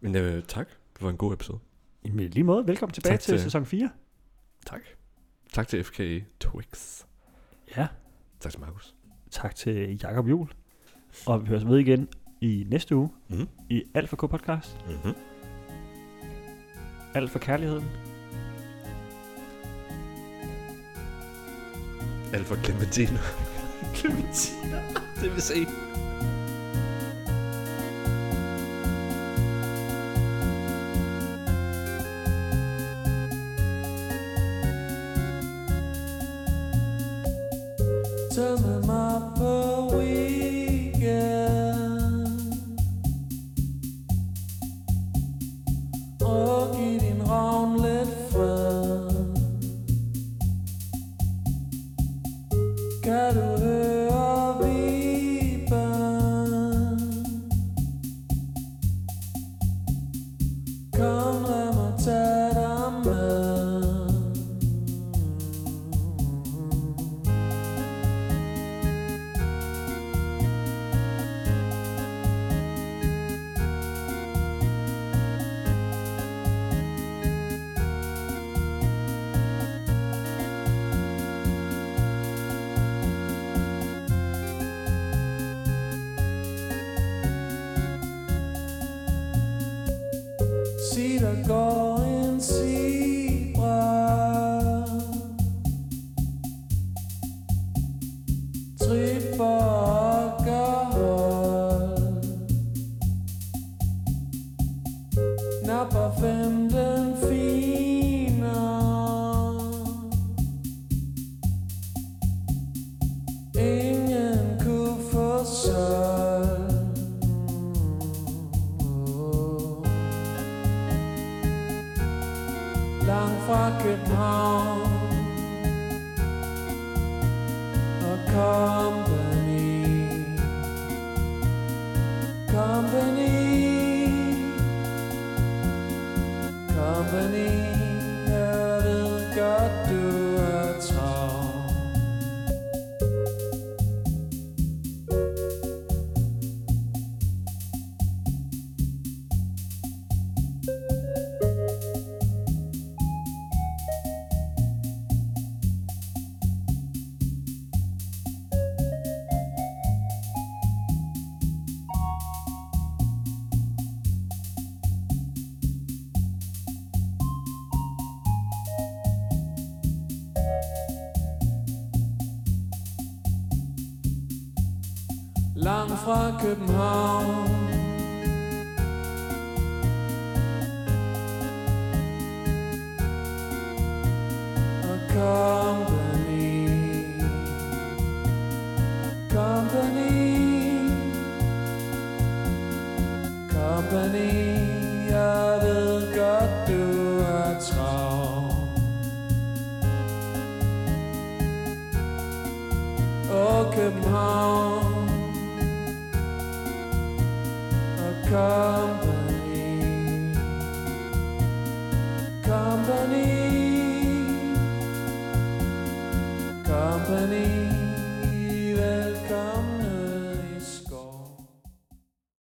Speaker 2: Men øh, tak. Det var en god episode.
Speaker 3: Jamen, i lige måde, velkommen tilbage
Speaker 2: Tak
Speaker 3: til,
Speaker 2: til-
Speaker 3: sæson 4.
Speaker 2: Tak. Tak til FKA Twix.
Speaker 3: Ja.
Speaker 2: Tak til Markus.
Speaker 3: Tak til Jakob Jul. Og vi høres ved igen i næste uge
Speaker 2: Mhm.
Speaker 3: i Alfa K podcast.
Speaker 2: Mm-hmm.
Speaker 3: Alt for kærligheden.
Speaker 2: Alt for Clementine. Clementine. Det vil sige.
Speaker 4: Tømme mig på weekend Og giv din ravn lidt fred Kan du høre viben Kom lad mig tage dig med Sig der går en zebra Tripper og gør hold Napper femten finer Ingen kunne få solgt langt fra København og company company company jeg ved godt du er travlt langt fra København. Og company, company, company, jeg ved godt du